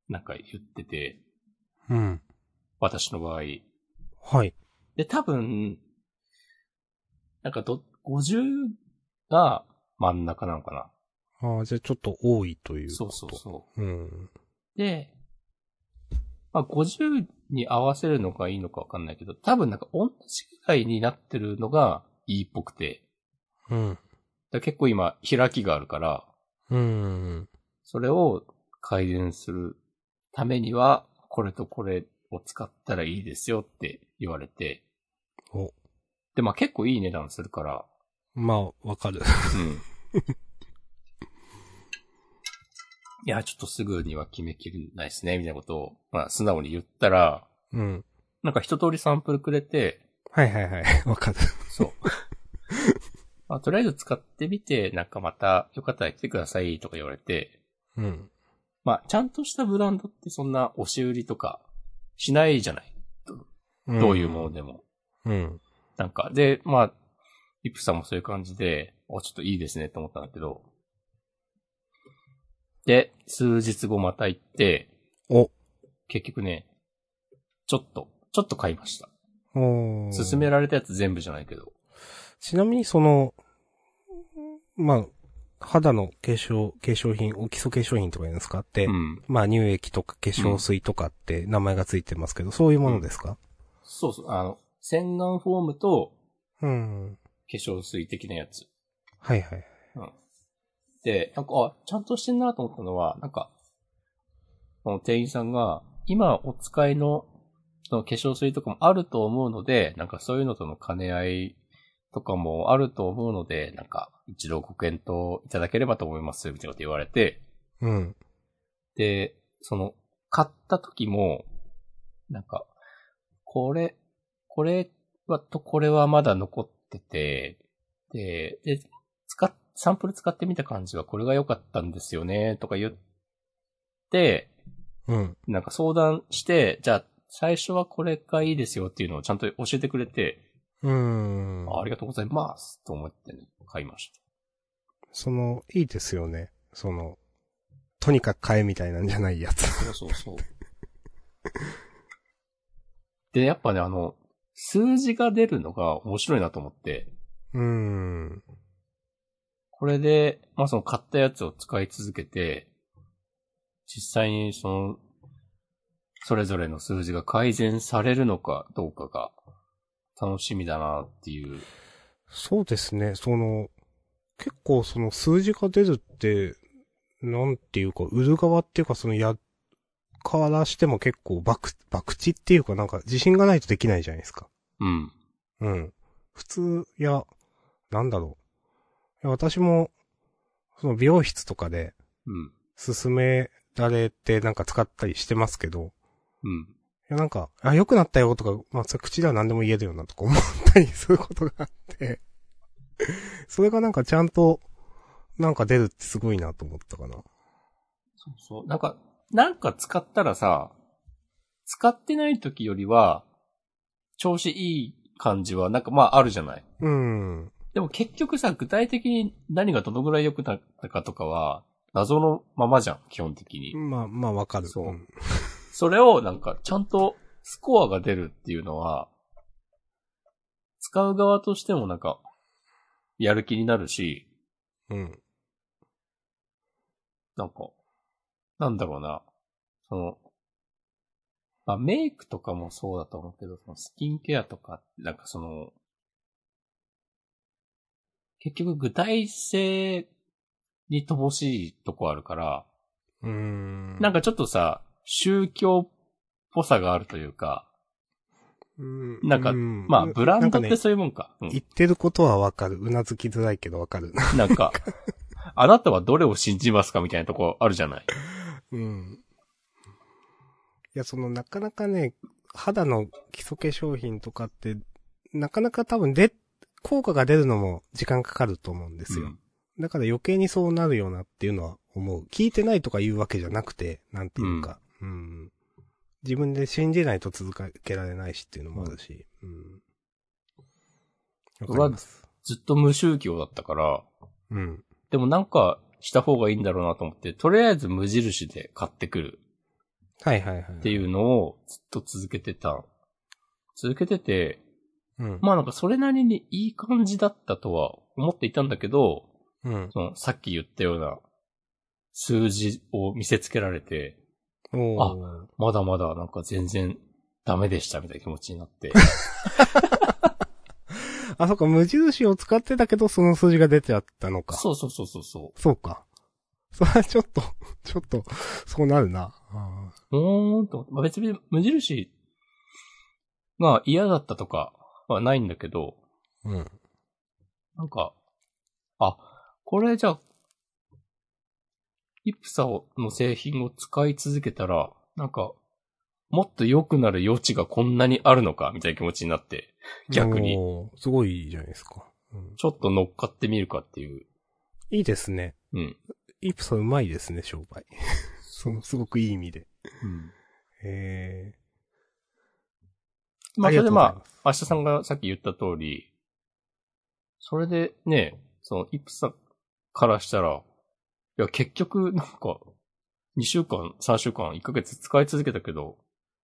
なんか言ってて、うん。私の場合。はい。で、多分、なんかど、50が真ん中なのかな。あーじゃあちょっと多いというそうこと。。そうそううん。う。で、まあ50に合わせるのがいいのかわかんないけど、多分なんか同じぐらいになってるのがいいっぽくて。うん。だから結構今開きがあるから、うん。それを改善するためには、これとこれを使ったらいいですよって言われて。おで、まあ結構いい値段するから。まあ、わかる。 [LAUGHS] うん。 [LAUGHS] いや、ちょっとすぐには決めきれないですね、みたいなことを、まあ素直に言ったら、うん。なんか一通りサンプルくれて、はいはい [LAUGHS] はい。わかる。そう。まあ、とりあえず使ってみて、なんかまた、よかったら来てくださいとか言われて、うん。まあ、ちゃんとしたブランドってそんな押し売りとかしないじゃないどういうものでも。うん。なんか、で、まあ、イプさんもそういう感じで、お、ちょっといいですねって思ったんだけど。で、数日後また行って、お結局ね、ちょっと、ちょっと買いました。おー勧められたやつ全部じゃないけど。ちなみにその、まあ、肌の化粧、化粧品、お基礎化粧品とか言うんですかって、うん。まあ乳液とか化粧水とかって名前がついてますけど、そういうものですかそうそう、あの、洗顔フォームとうん。化粧水的なやつ。はいはい。で、なんか、あ、ちゃんとしてんなと思ったのは、なんか、その店員さんが、今お使いの、その化粧水とかもあると思うので、なんかそういうのとの兼ね合いとかもあると思うので、なんか一度ご検討いただければと思います、みたいなこと言われて、うん。で、その、買った時も、なんか、これ、これはとこれはまだ残ってて、で、で、使っ、サンプル使ってみた感じはこれが良かったんですよね、とか言って、うん。なんか相談して、じゃあ、最初はこれがいいですよっていうのをちゃんと教えてくれて、うん。あありがとうございます、と思ってね、買いました。その、いいですよね。その、とにかく買えみたいなんじゃないやつ。 [LAUGHS] そうそうそう。 [LAUGHS] で、やっぱね、あの、数字が出るのが面白いなと思って、うん。これで、まあその買ったやつを使い続けて、実際にその、それぞれの数字が改善されるのかどうかが楽しみだなっていう。そうですね。その、結構その数字が出るって、なんていうか、売る側っていうかそのや、からしても結構爆、爆地っていうかなんか自信がないとできないじゃないですか。うん。うん。普通、いや、なんだろう。いや私も、その美容室とかでうん。勧められてなんか使ったりしてますけど、うん。いやなんか、あ、良くなったよとか、まあ、それ口では何でも言えるよなとか思ったり [LAUGHS] することがあって、それがなんかちゃんと、なんか出るってすごいなと思ったかな。そうそう。なんか、なんか使ったらさ、使ってない時よりは、調子いい感じは、なんかまああるじゃない。うん。でも結局さ、具体的に何がどのぐらい良くなったかとかは、謎のままじゃん、基本的に。まあ、まあわかる。そうんそれをなんか、ちゃんとスコアが出るっていうのは、使う側としてもなんか、やる気になるし、うん。なんか、なんだろうな。その、まあ、メイクとかもそうだと思うけど、そのスキンケアとかって、なんかその、結局具体性に乏しいとこあるから、うーん。なんかちょっとさ、宗教っぽさがあるというか、うん、なんかうんまあ、ブランドっなんてかねそういうもんか。うん言ってることはわかる。うなずきづらいけどわかる。なんか、あなたはどれを信じますかみたいなとこあるじゃない。うん。いや、その、なかなかね、肌の基礎化粧品とかって、なかなか多分で、効果が出るのも時間かかると思うんですよ。うんだから余計にそうなるよなっていうのは思う。聞いてないとか言うわけじゃなくて、なんていうか、うん。自分で信じないと続けられないしっていうのもあるし、うん。わ、かります。ずっと無宗教だったから、うん。でもなんかした方がいいんだろうなと思って、とりあえず無印で買ってくるはいはいはい。っていうのをずっと続けてた。続けてて、うん。まあなんかそれなりにいい感じだったとは思っていたんだけど、うん。そのさっき言ったような数字を見せつけられて、おーまだまだなんか全然ダメでしたみたいな気持ちになって。あ、そっか、無印を使ってたけど、その数字が出ちゃったのか。そうそうそうそうそそうか。それはちょっと、ちょっと、そうなるな。あーう。うーんと思って、まあ、別に無印が嫌だったとかはないんだけど、うん。なんか、あ、これじゃあ、イプサの製品を使い続けたら、なんか、もっと良くなる余地がこんなにあるのか、みたいな気持ちになって、逆におー。すごいじゃないですか。うん、ちょっと乗っかってみるかっていう。いいですね。うん。イプソうまいですね、商売。 [LAUGHS] その、すごくいい意味で。えまああ、それでりがとうまございあ、明日さんがさっき言った通り、それでね、その、イプサからしたら、いや、結局、なんか、2週間、3週間、1ヶ月使い続けたけど、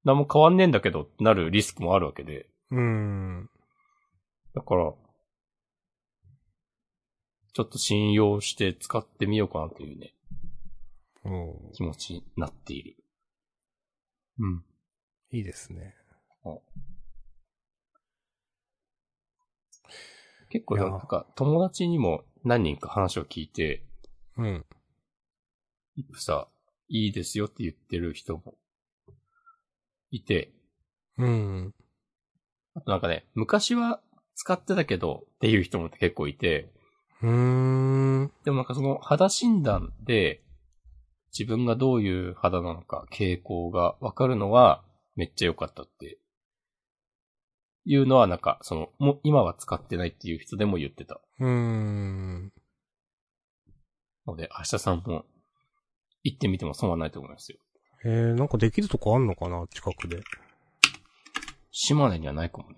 何も変わんねえんだけど、なるリスクもあるわけで。ー、うーん。だから、ちょっと信用して使ってみようかなというね、おー気持ちになっている。うん。いいですね。結構いやなんか、友達にも何人か話を聞いて、うん。イプサ、いいですよって言ってる人も、いて、うん。あとなんかね、昔は使ってたけどっていう人も結構いて、うーん。でもなんかその肌診断で、自分がどういう肌なのか、傾向がわかるのは、めっちゃ良かったって。いうのはなんか、その、もう今は使ってないっていう人でも言ってた。うーん。ので、明日さんも、行ってみても損はないと思いますよ。えー、なんかできるとこあんのかな近くで。島根にはないかもね。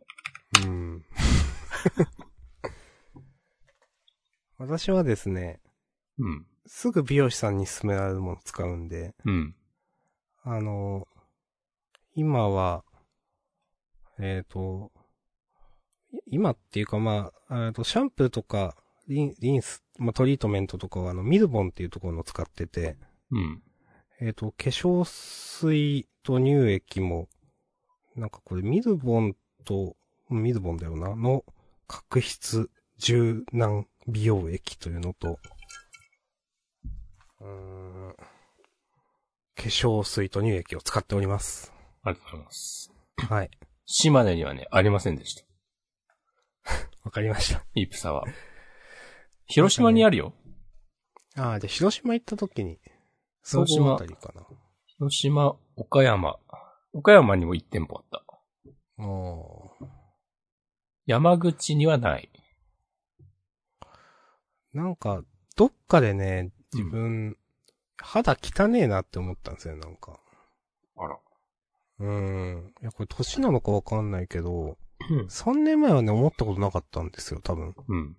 うん。 [LAUGHS] 私はですね、うん。すぐ美容師さんに勧められるもの使うんで、うん。あの、今は、えっ、と、い今っていうかまあ、えっと、シャンプーとか、リンリンス、まあ、トリートメントとかはあの、ミルボンっていうところの使ってて、うん。えっ、と、化粧水と乳液も、なんかこれミルボンと、ミルボンだよな、の角質柔軟美容液というのと、うーん、化粧水と乳液を使っており [LAUGHS] ます。ありがとうございます。はい。島根にはね、ありませんでした。わかりました。イープサは。広島にあるよ。ああ、じゃあ広島行った時に、広島総合あたりかな。広島、岡山。岡山にも1店舗あった。あー山口にはない。なんか、どっかでね、自うん分、肌汚ねえなって思ったんですよ、なんか。あら。うーん。いや、これ年なのかわかんないけど、うん3年前はね、思ったことなかったんですよ、多分。うん。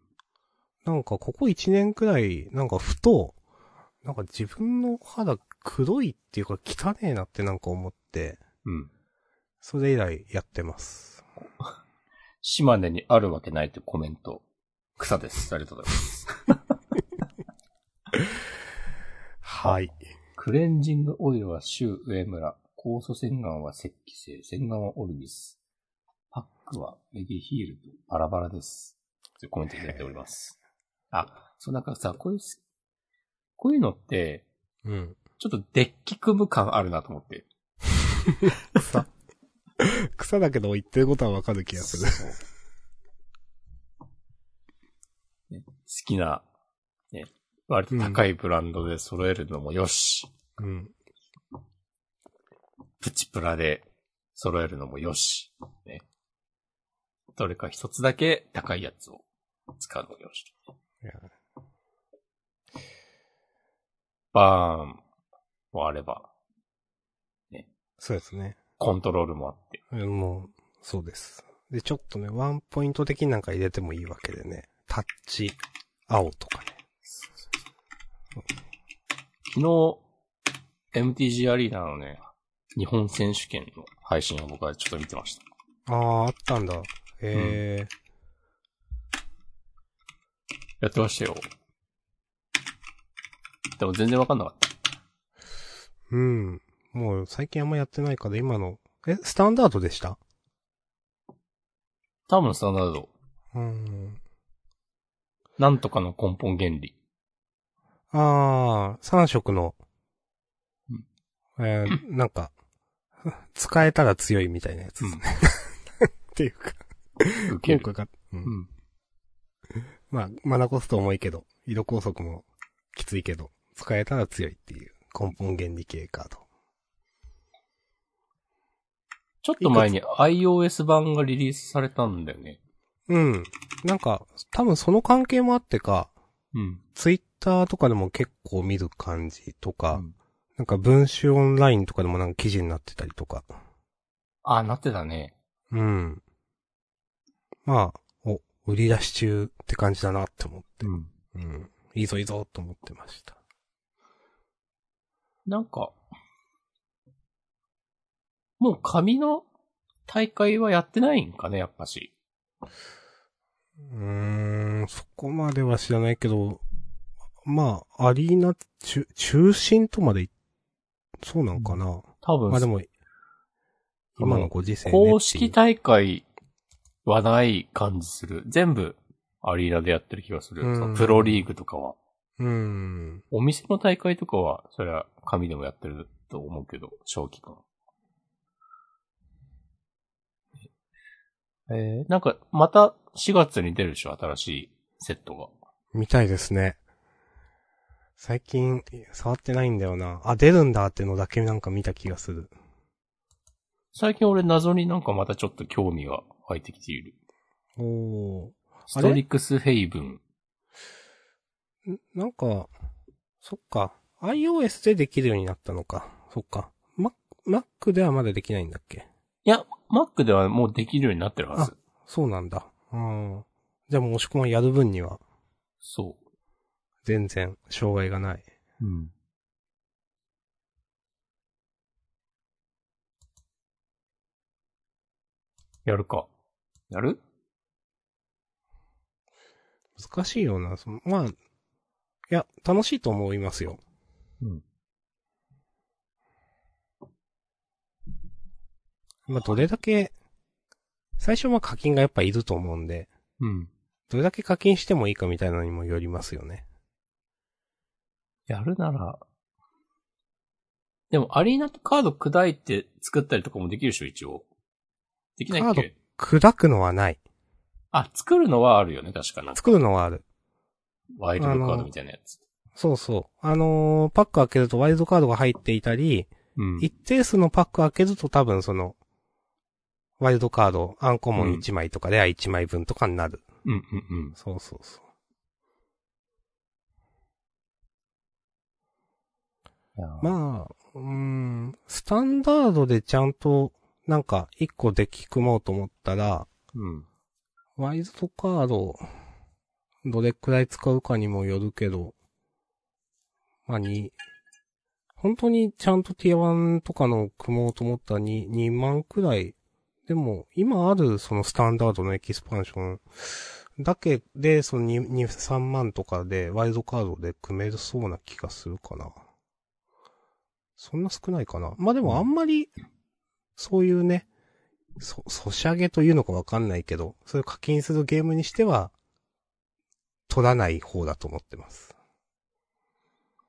なんか、ここ1年くらい、なんか、ふと、なんか自分の肌黒いっていうか汚ねえなってなんか思って、うん。それ以来やってます。島根にあるわけないってコメント。草です。ありがとうございます。はい。クレンジングオイルは周上村。酵素洗顔は石器製。洗顔はオルビス。パックはレギヒールとバラバラです。というコメントいただいております。あ、そうなんかさ、こういうす、こういうのって、うん。ちょっとデッキ組む感あるなと思って。草。 [LAUGHS] 草だけど言ってることはわかる気がする。そうね好きな、ね、割と高いブランドで揃えるのもよし、うん。プチプラで揃えるのもよし、ね。どれか一つだけ高いやつを使うのもよし。いやバーンもあれば、そうですね。コントロールもあって。うんもう、そうです。で、ちょっとね、ワンポイント的になんか入れてもいいわけでね。タッチ、青とかね。昨日、MTG アリーナのね、日本選手権の配信を僕はちょっと見てました。ああ、あったんだ。えやってましたよ。でも全然わかんなかった。えー、うん。もう最近あんまやってないから、今の、え、スタンダードでした多分スタンダード。うん。なんとかの根本原理。ああ、3色のう、えー、なんか、 [LAUGHS] 使えたら強いみたいなやつですね。 [LAUGHS] っていうか、受け効る。果が、うんうん。まあ、マナコスト重いけど、色拘束もきついけど、使えたら強いっていう根本原理系カード。ちょっと前に iOS 版がリリースされたんだよね。うん。なんか、多分その関係もあってか、うん。ツイッターとかでも結構見る感じとか、うんなんか文集オンラインとかでもなんか記事になってたりとか。あ、なってたね。うん。まあ、お、売り出し中って感じだなって思って。ん。うん。いいぞいいぞと思ってました。なんか、もう紙の大会はやってないんかね、やっぱし。うーん、そこまでは知らないけど、まあ、アリーナ中、中心とまでい、そうなんかな。多分、まあでも、今のご時世ねっていう公式大会はない感じする。全部アリーナでやってる気がする。うんそのプロリーグとかは。うん。お店の大会とかは、そりゃ紙でもやってると思うけど、正規君。えー、なんか、また4月に出るでしょ新しいセットが。みたいですね。最近、触ってないんだよな。あ、出るんだってのだけなんか見た気がする。最近俺謎になんかまたちょっと興味が湧いてきている。おお。ストリックスヘイブン。んなんか、そっか。iOS でできるようになったのか。そっか。Mac、Mac ではまだできないんだっけいや、Mac ではもうできるようになってるはず。そうなんだ。うん。じゃあもう押し込まんやる分には、そ全然、障害がない。う。うん。やるか。やる難しいよな。そのまあ、いや、楽しいと思いますよ。うん。まあ、どれだけ、最初は課金がやっぱいると思うんで、うん。どれだけ課金してもいいかみたいなのにもよりますよね。やるなら。でも、アリーナカード砕いて作ったりとかもできるでしょ、一応。できないっカーけ砕くのはない。あ、作るのはあるよね、確かな。作るのはある。ワイルドカードみたいなやつ。そうそう。あのーパック開けるとワイルドカードが入っていたり、うん。一定数のパック開けると多分その、ワイルドカード、アンコモン1枚とかレア1枚分とかになる。うんうんうん。そうそうそう。いやーまあ、うーん、スタンダードでちゃんと、なんか、一個デッキ組もうと思ったら、うん。ワイルドカード、どれくらい使うかにもよるけど、まあ、に、本当にちゃんと T1 とかの組もうと思ったらに 2, 万くらい、でも、今あるそのスタンダードのエキスパンションだけで、その 2, 2、3万とかでワイルドカードで組めるそうな気がするかな。そんな少ないかな。まあ、でもあんまり、そういうね、そ、ソシャゲというのかわかんないけど、そういう課金するゲームにしては、取らない方だと思ってます。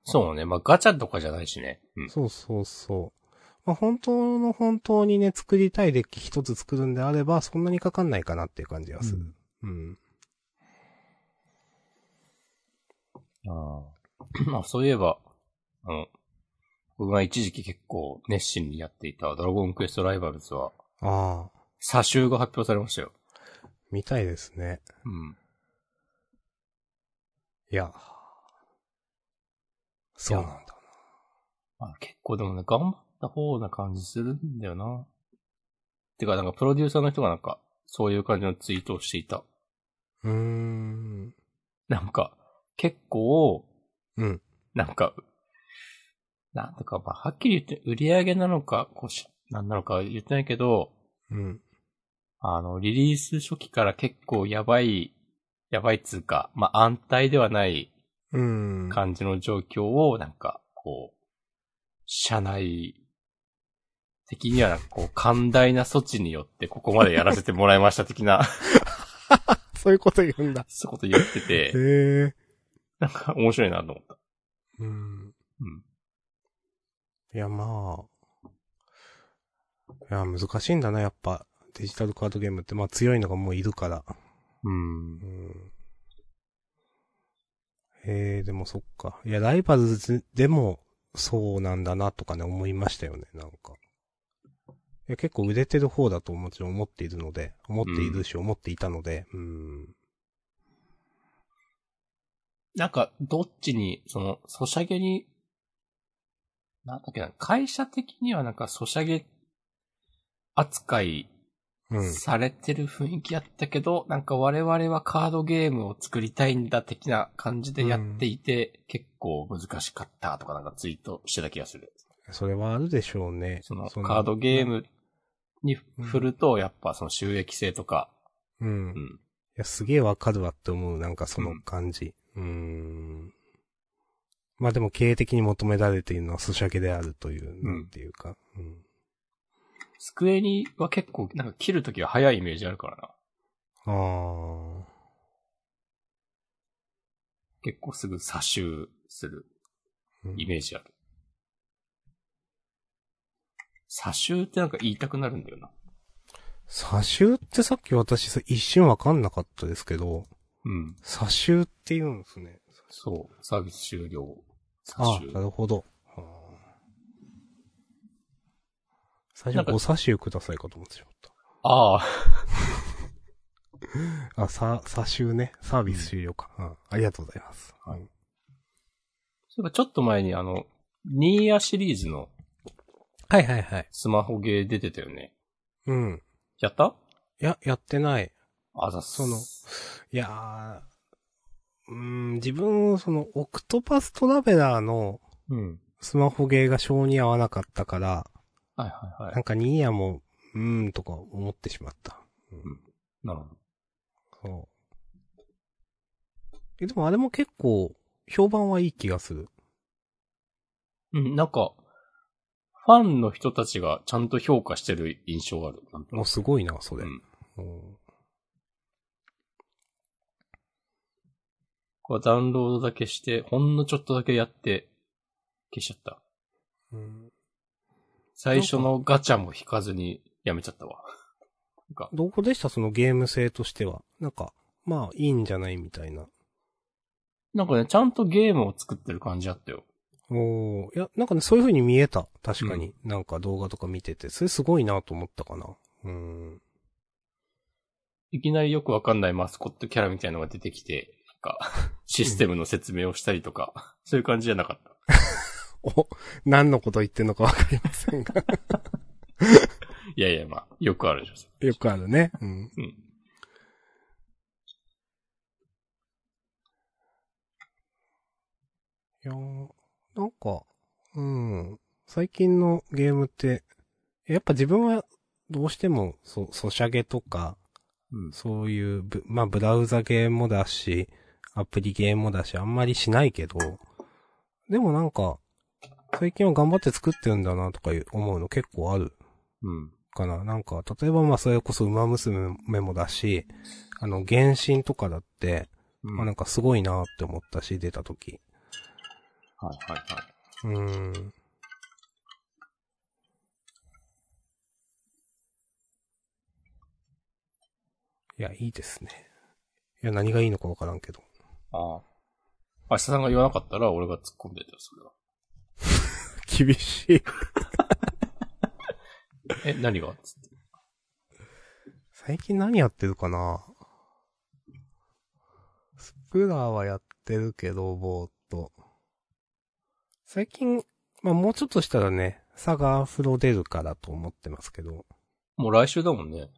そうね。まあ、ガチャとかじゃないしね。うん。そうそうそう。まあ、本当の本当にね、作りたいデッキ一つ作るんであれば、そんなにかかんないかなっていう感じがする。うん。ああ。まあ、そういえば、あの、僕が一時期結構熱心にやっていたドラゴンクエストライバルズは、ああ、差集が発表されましたよ。見たいですね。うん。いや。そうなんだ。まあ、結構でもね、頑張った方な感じするんだよな。てか、なんかプロデューサーの人がなんか、そういう感じのツイートをしていた。うーん。 [LAUGHS] なんか、結構、うん。なんか、なんとか、まあ、はっきり言って、売り上げなのか、こうし、なんなのか言ってないけど、うん。あの、リリース初期から結構やばい、やばいっつうか、まあ、安泰ではないうん。感じの状況を、なんか、こう、社内的にはなんかこう、寛大な措置によってここまでやらせてもらいました的な、 [LAUGHS] そういうこと言うんだ。そういうこと言ってへ [LAUGHS] え。て、なんか面白いなと思った。うん。うん。いや、まあ。いや、難しいんだな、やっぱ。デジタルカードゲームって、まあ強いのがもういるから。うんう。ん。えー、でもそっか。いや、ライバルズでも、そうなんだな、とかね、思いましたよね、なんか。いや、結構売れてる方だともちろん思っているので、思っているし、思っていたので、うん。なんか、どっちに、その、ソシャゲに、なんだっけな、会社的にはなんかソシャゲ扱いうん。されてる雰囲気やったけど、なんか我々はカードゲームを作りたいんだ的な感じでやっていて、結構難しかったとかなんかツイートしてた気がする。それはあるでしょうね。そのカードゲー。ムに振ると、やっぱその収益性とか、う。うんいん。や、すげえわかるわって思う、なんかその感じ。うーん。まあでも、経営的に求められているのは、ソシャゲであるという、なんていうか。うん机には結構なんか切るときは早いイメージあるからな。ああ。結構すぐ差集するうんイメージある。差集ってなんか言いたくなるんだよな。差集ってさっき私さ一瞬わかんなかったですけど、うん。差集って言うんですね。そう。サービス終了。差あ集あ、なるほど。あー最なん初かご差集くださいかと思ってしまっああ。た。あ、さ、差集ね。サービス終了か。うんありがとうございます。はい。そういえばちょっと前にあの、ニーヤシリーズのはいはいはい。スマホゲー出てたよね。うん。やったいや、やってない。あざっすそのいやー、うーん、自分、その、オクトパストラベラーのうん。スマホゲーが性に合わなかったから、はいはいは。ないんかニーヤも、うーん、とか思ってしまった。なるほど。そう。え、でもあれも結構、評判はいい気がする。うん、なんか、ファンの人たちがちゃんと評価してる印象がある。なんとなもうくすごいな、それ。うんうんこうダウンロードだけして、ほんのちょっとだけやって、消しちゃった。うん。最初のガチャも引かずにやめちゃったわ。どこでしたそのゲーム性としては。なんか、まあ、いいんじゃないみたいな。なんかね、ちゃんとゲームを作ってる感じあったよ。おーいや、なんかね、そういう風に見えた。確かに。なんか動画とか見てて。それすごいなと思ったかな。うん。いきなりよくわかんないマスコットキャラみたいのが出てきて、なん [LAUGHS] か、システムの説明をしたりとか、そういう感じじゃなかった。お、何のこと言ってんのかわかりませんが。いやいや、まあ、よくあるでしよくあるね。うん。ょ。うん。いやーなんか、うん。最近のゲームって、やっぱ自分はどうしても、そ、ソシャゲとか、うんそういうブ、まあ、ブラウザゲームもだし、アプリゲームもだし、あんまりしないけど、でもなんか、最近は頑張って作ってるんだなとかいう思うの結構あるうん。かな。なんか、例えばまあ、それこそ馬娘もだし、あの、原神とかだって、うんまあ、なんかすごいなって思ったし、出た時。はいはいはい。うーん。いや、いいですね。いや、何がいいのかわからんけど。 [LAUGHS] ああ。明日さんが言わなかったら俺が突っ込んでたよ、それは。厳しい。 [LAUGHS] え、何がつって。最近何やってるかなスプラはやってるけど、ぼーっと。最近、まあもうちょっとしたらね、差がフロ出るかだと思ってますけど。もう来週だもんね。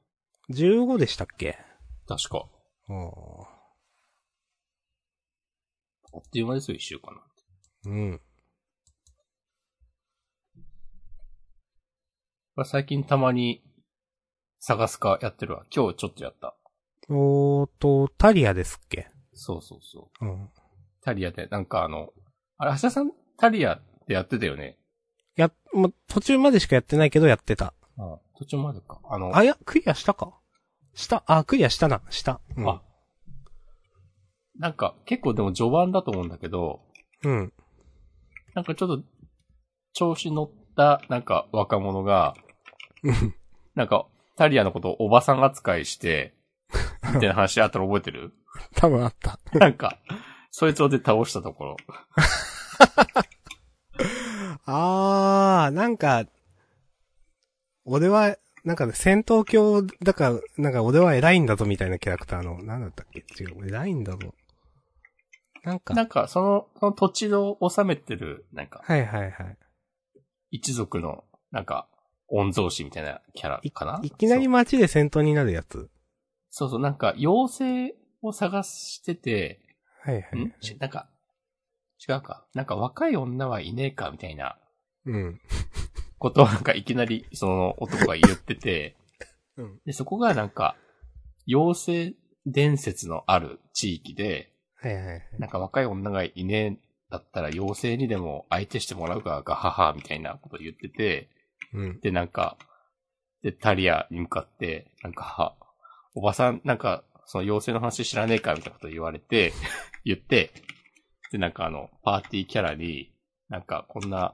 15でしたっけ確か。うん。あっという間ですよ、一週間なんて。うん。これ最近たまに探すかやってるわ。今日ちょっとやった。おーと、タリアですっけそうそうそう。うん。タリアで、なんかあの、あれ、明日さんタリアってやってたよね。や、ま、途中までしかやってないけどやってた。ああ途中までか。あの、あ、いや、クリアしたかした、あ、クリアしたな、した。うん。あなんか結構でも序盤だと思うんだけど、うん。なんかちょっと調子乗ったなんか若者が、うんなんかタリアのことをおばさん扱い [LAUGHS] して、みたいな話あったの覚えてる多分あった。なんか、そいつをで倒したところ。あー、なんか、俺は、なんかね、戦闘狂だから、なんか俺は偉いんだぞみたいなキャラクターの、なんだったっけ違う、偉いんだぞ。なんか、なんかその、その土地を治めてる、なんか、はいはいはい。一族の、なんか、御曹司みたいなキャラかないきなりそう街で戦闘になるやつ。そうそう、なんか妖精を探してて、はいはんい。ちなんか、違うか。なんか若い女はいねえか、みたいなうん。ことをなんかいきなりその男が言ってて、 [LAUGHS] うん。で、そこがなんか、妖精伝説のある地域で、はいはいはい。なんか若い女がいねえだったら妖精にでも相手してもらうか、ガハハ、みたいなことを言ってて、うん。で、なんか、で、タリアに向かって、なんか、おばさん、なんか、その妖精の話知らねえかみたいなこと言われて、 [LAUGHS] 言って、で、なんかあの、パーティーキャラに、なんか、こんな、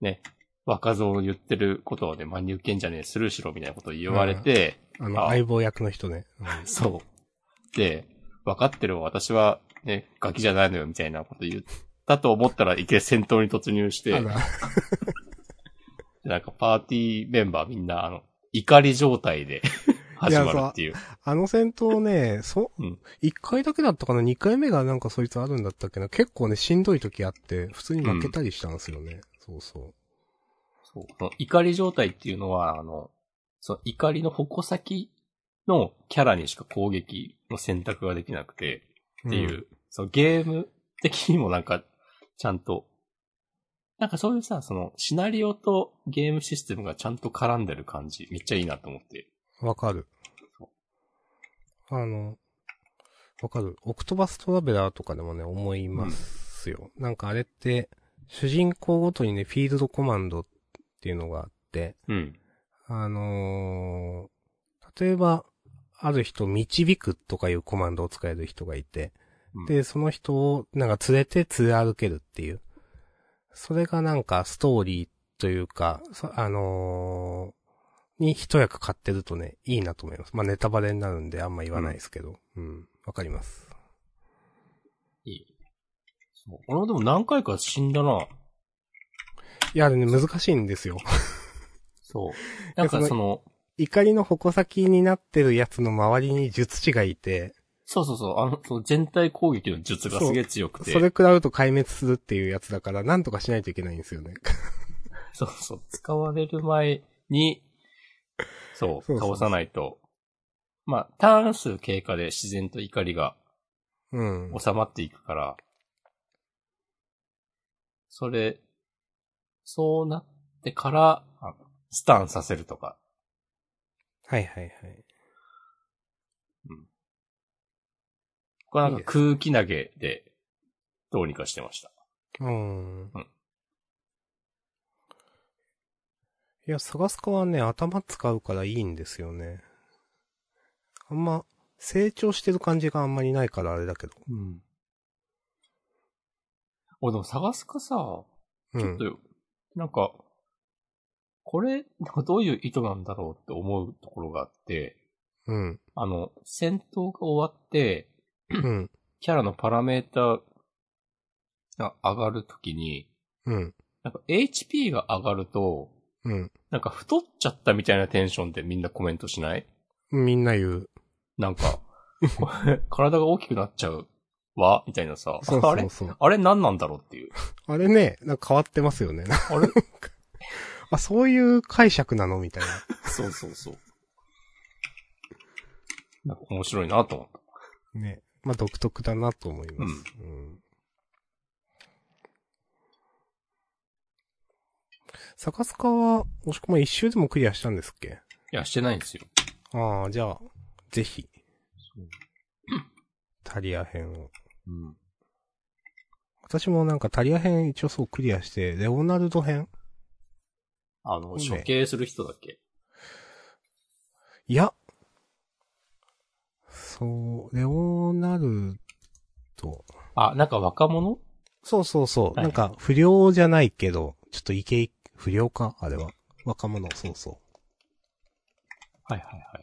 ね、若造の言ってることをね、真に受けんじゃねえ、スルーしろ、みたいなこと言われて、あの、あ相棒役の人ね。そう。で、分かってるわ、私は、ね、ガキじゃないのよ、みたいなこと言ったと思ったら、いきなり戦闘に突入して、あらでなんかパーティーメンバーみんな、あの、怒り状態で始まるっていう。 [LAUGHS] あの戦闘ね、そ、うん一回だけだったかな二回目がなんかそいつあるんだったっけな結構ね、しんどい時あって、普通に負けたりしたんですよね。そうそそうその怒り状態っていうのは、あの、その怒りの矛先のキャラにしか攻撃の選択ができなくて、う。っていう、そのゲーム的にもなんか、ちゃんと、なんかそういうさ、その、シナリオとゲームシステムがちゃんと絡んでる感じ、めっちゃいいなと思って。うん。わかる。あの、わかる。オクトバストラベラーとかでもね、思いますよ。なんかあれって、主人公ごとにね、フィールドコマンドっていうのがあって、うん。あのー例えば、ある人、導くとかいうコマンドを使える人がいて、うんで、その人をなんか連れて連れ歩けるっていう。それがなんかストーリーというか、そあのーに一役買ってるとね、いいなと思います。まあネタバレになるんであんま言わないですけど。うん。わかります。いい。そう俺もでも何回か死んだな。いや、でもね、難しいんですよ。そう。なんかいやそその、怒りの矛先になってるやつの周りに術師がいて、そうそうそう、あの、その全体攻撃の術がすげえ強くて。それ食らうと壊滅するっていうやつだから、なんとかしないといけないんですよね。そうそう、使われる前に、そそうう、そうそう倒さないと。まあ、ターン数経過で自然と怒りが [LAUGHS] うん。収まっていくから、それ、そうなってから、あスタンさせるとか。はいはいはい。これはなんいいかで空気投げで、どうにかしてました。うん。いや、探すかはね、頭使うからいいんですよね。あんま、成長してる感じがあんまりないからあれだけど。うん。俺でも探すかさ、うちょっんと。よ、なんか、これ、なんかどういう意図なんだろうって思うところがあって、うん。あの、戦闘が終わって、うん。キャラのパラメータが上がるときに、うん。なんか HP が上がると、うん。なんか太っちゃったみたいなテンションでみんなコメントしないみんな言う。なんか、これ体が大きくなっちゃうわみたいなさ、そう [LAUGHS] あそれうそう。あれ何なんだろうっていう。あれね、なんか変わってますよね。 [LAUGHS] あれあ、そういう解釈なのみたいな。そうそうそう。なんか面白いなと思った。ね。まあ、独特だなと思います。うん。サカスカは、もしくは一周でもクリアしたんですっけいや、してないんですよ。ああ、じゃあ、ぜひ、タリア編を。うん。私もなんかタリア編一応そうクリアして、レオナルド編あの、ね処刑する人だっけ。いや。そう、レオナルド。あ、なんか若者そうそうそう。はいなんか、不良じゃないけど、ちょっとイケイ、不良かあれは。若者、そうそう。はいはいはい。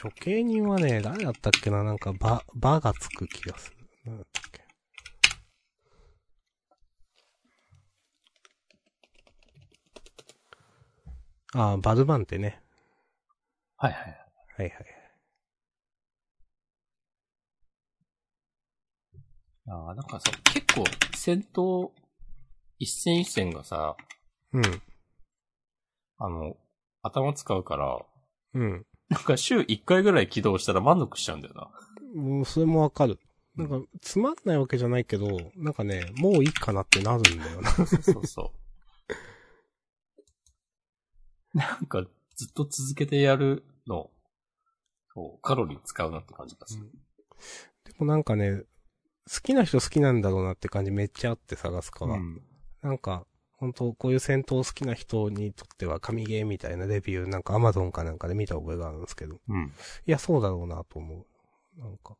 処刑人はね、誰だったっけななんか、ば、ばがつく気がする。なんだったっけああ、バルバンテね。はいはいはい。はいはい。あーなんかさ、結構、戦闘、一戦一戦がさ、うん。あの、頭使うから、うん。なんか週1回ぐらい起動したら満足しちゃうんだよな。もう、それもわかる。なんか、つまんないわけじゃないけど、なんかね、もういいかなってなるんだよな。そうそうそう。 [LAUGHS] なんか、ずっと続けてやるの、そう、カロリー使うなって感じがする。でもなんかね、好きな人好きなんだろうなって感じめっちゃあって探すから。うんなんか、本当こういう戦闘好きな人にとっては神ゲーみたいなレビューなんかアマゾンかなんかで見た覚えがあるんですけど。いうん。や、そうだろうなと思う。なんか。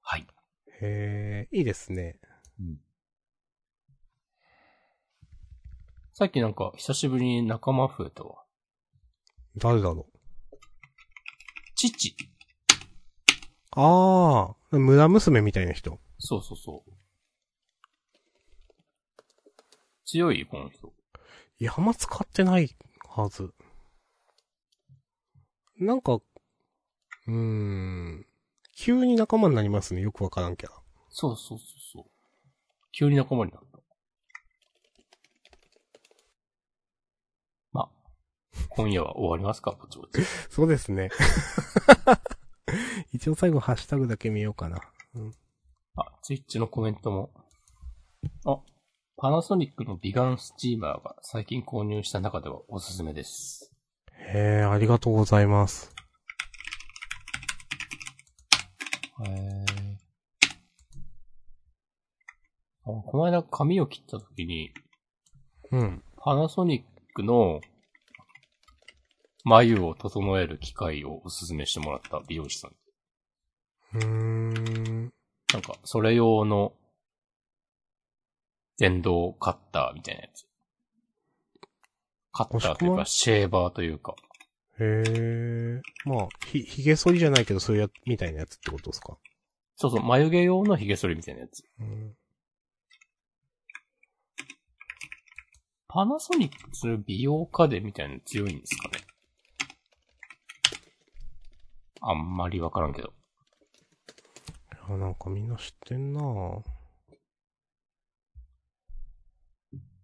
はい。へえ、いいですね。さっきなんか、久しぶりに仲間増えたわ。誰だろう。父。ああ、村娘みたいな人。そうそうそう。強いこの人。山使ってないはず。なんか、うーん。急に仲間になりますね。よくわからんキャラ。そうそうそうそう。急に仲間になった。ま、今夜は終わりますかぼちぼち。そうですね。 [LAUGHS] 一応最後ハッシュタグだけ見ようかな。あ、ツイッチのコメントも。あ、パナソニックのビガンスチーマーが最近購入した中ではおすすめです。へえ、ありがとうございます。へーあこの間髪を切った時に、うん。パナソニックの、眉を整える機会をおすすめしてもらった美容師さん。うーん。なんか、それ用の、電動カッターみたいなやつ。カッターというもしくか、はシェーバーというか。へえ。まあ、ひ、髭剃りじゃないけど、そういうや、みたいなやつってことですか。そうそう、眉毛用の髭剃りみたいなやつ。うん。パナソニック、それ美容家電みたいなの強いんですかね。あんまりわからんけど。あ、なんかみんな知ってんなぁ。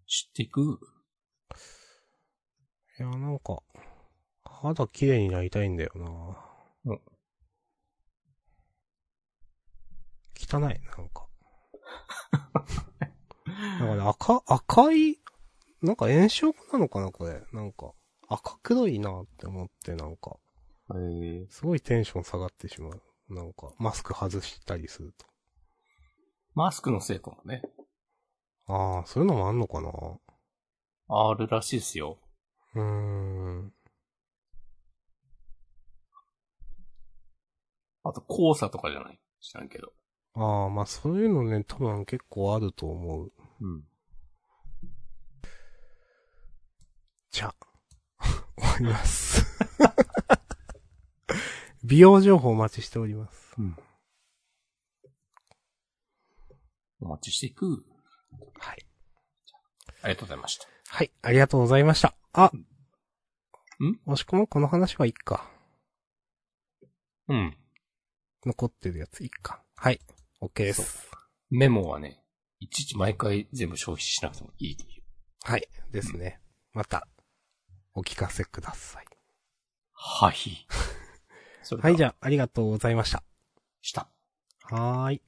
知っていくいや、なんか、肌綺麗になりたいんだよなうん汚い、なん [LAUGHS] か。なんかね、赤、赤い、なんか炎色なのかな、これ。なんか、赤黒いなって思って、なんか、へすごいテンション下がってしまう。なんか、マスク外したりすると。マスクのせいかもね。ああ、そういうのもあんのかなあるらしいですよ。うーん。あと、交差とかじゃない知らんけど。ああ、まあそういうのね、多分結構あると思う。うん。じゃあ、終わります。 [LAUGHS] 美容情報お待ちしております。お待ちしていく。はい。ありがとうございました。はい、ありがとうございました。あんもしくもこの話はいっか。うん。残ってるやついっか。はい。OK です。メモはね、いちいち毎回全部消費しなくてもいいという。はい。ですね。また、お聞かせください。はい。それ [LAUGHS] はい、じゃゃあ、ありがとうございました。した。はーい。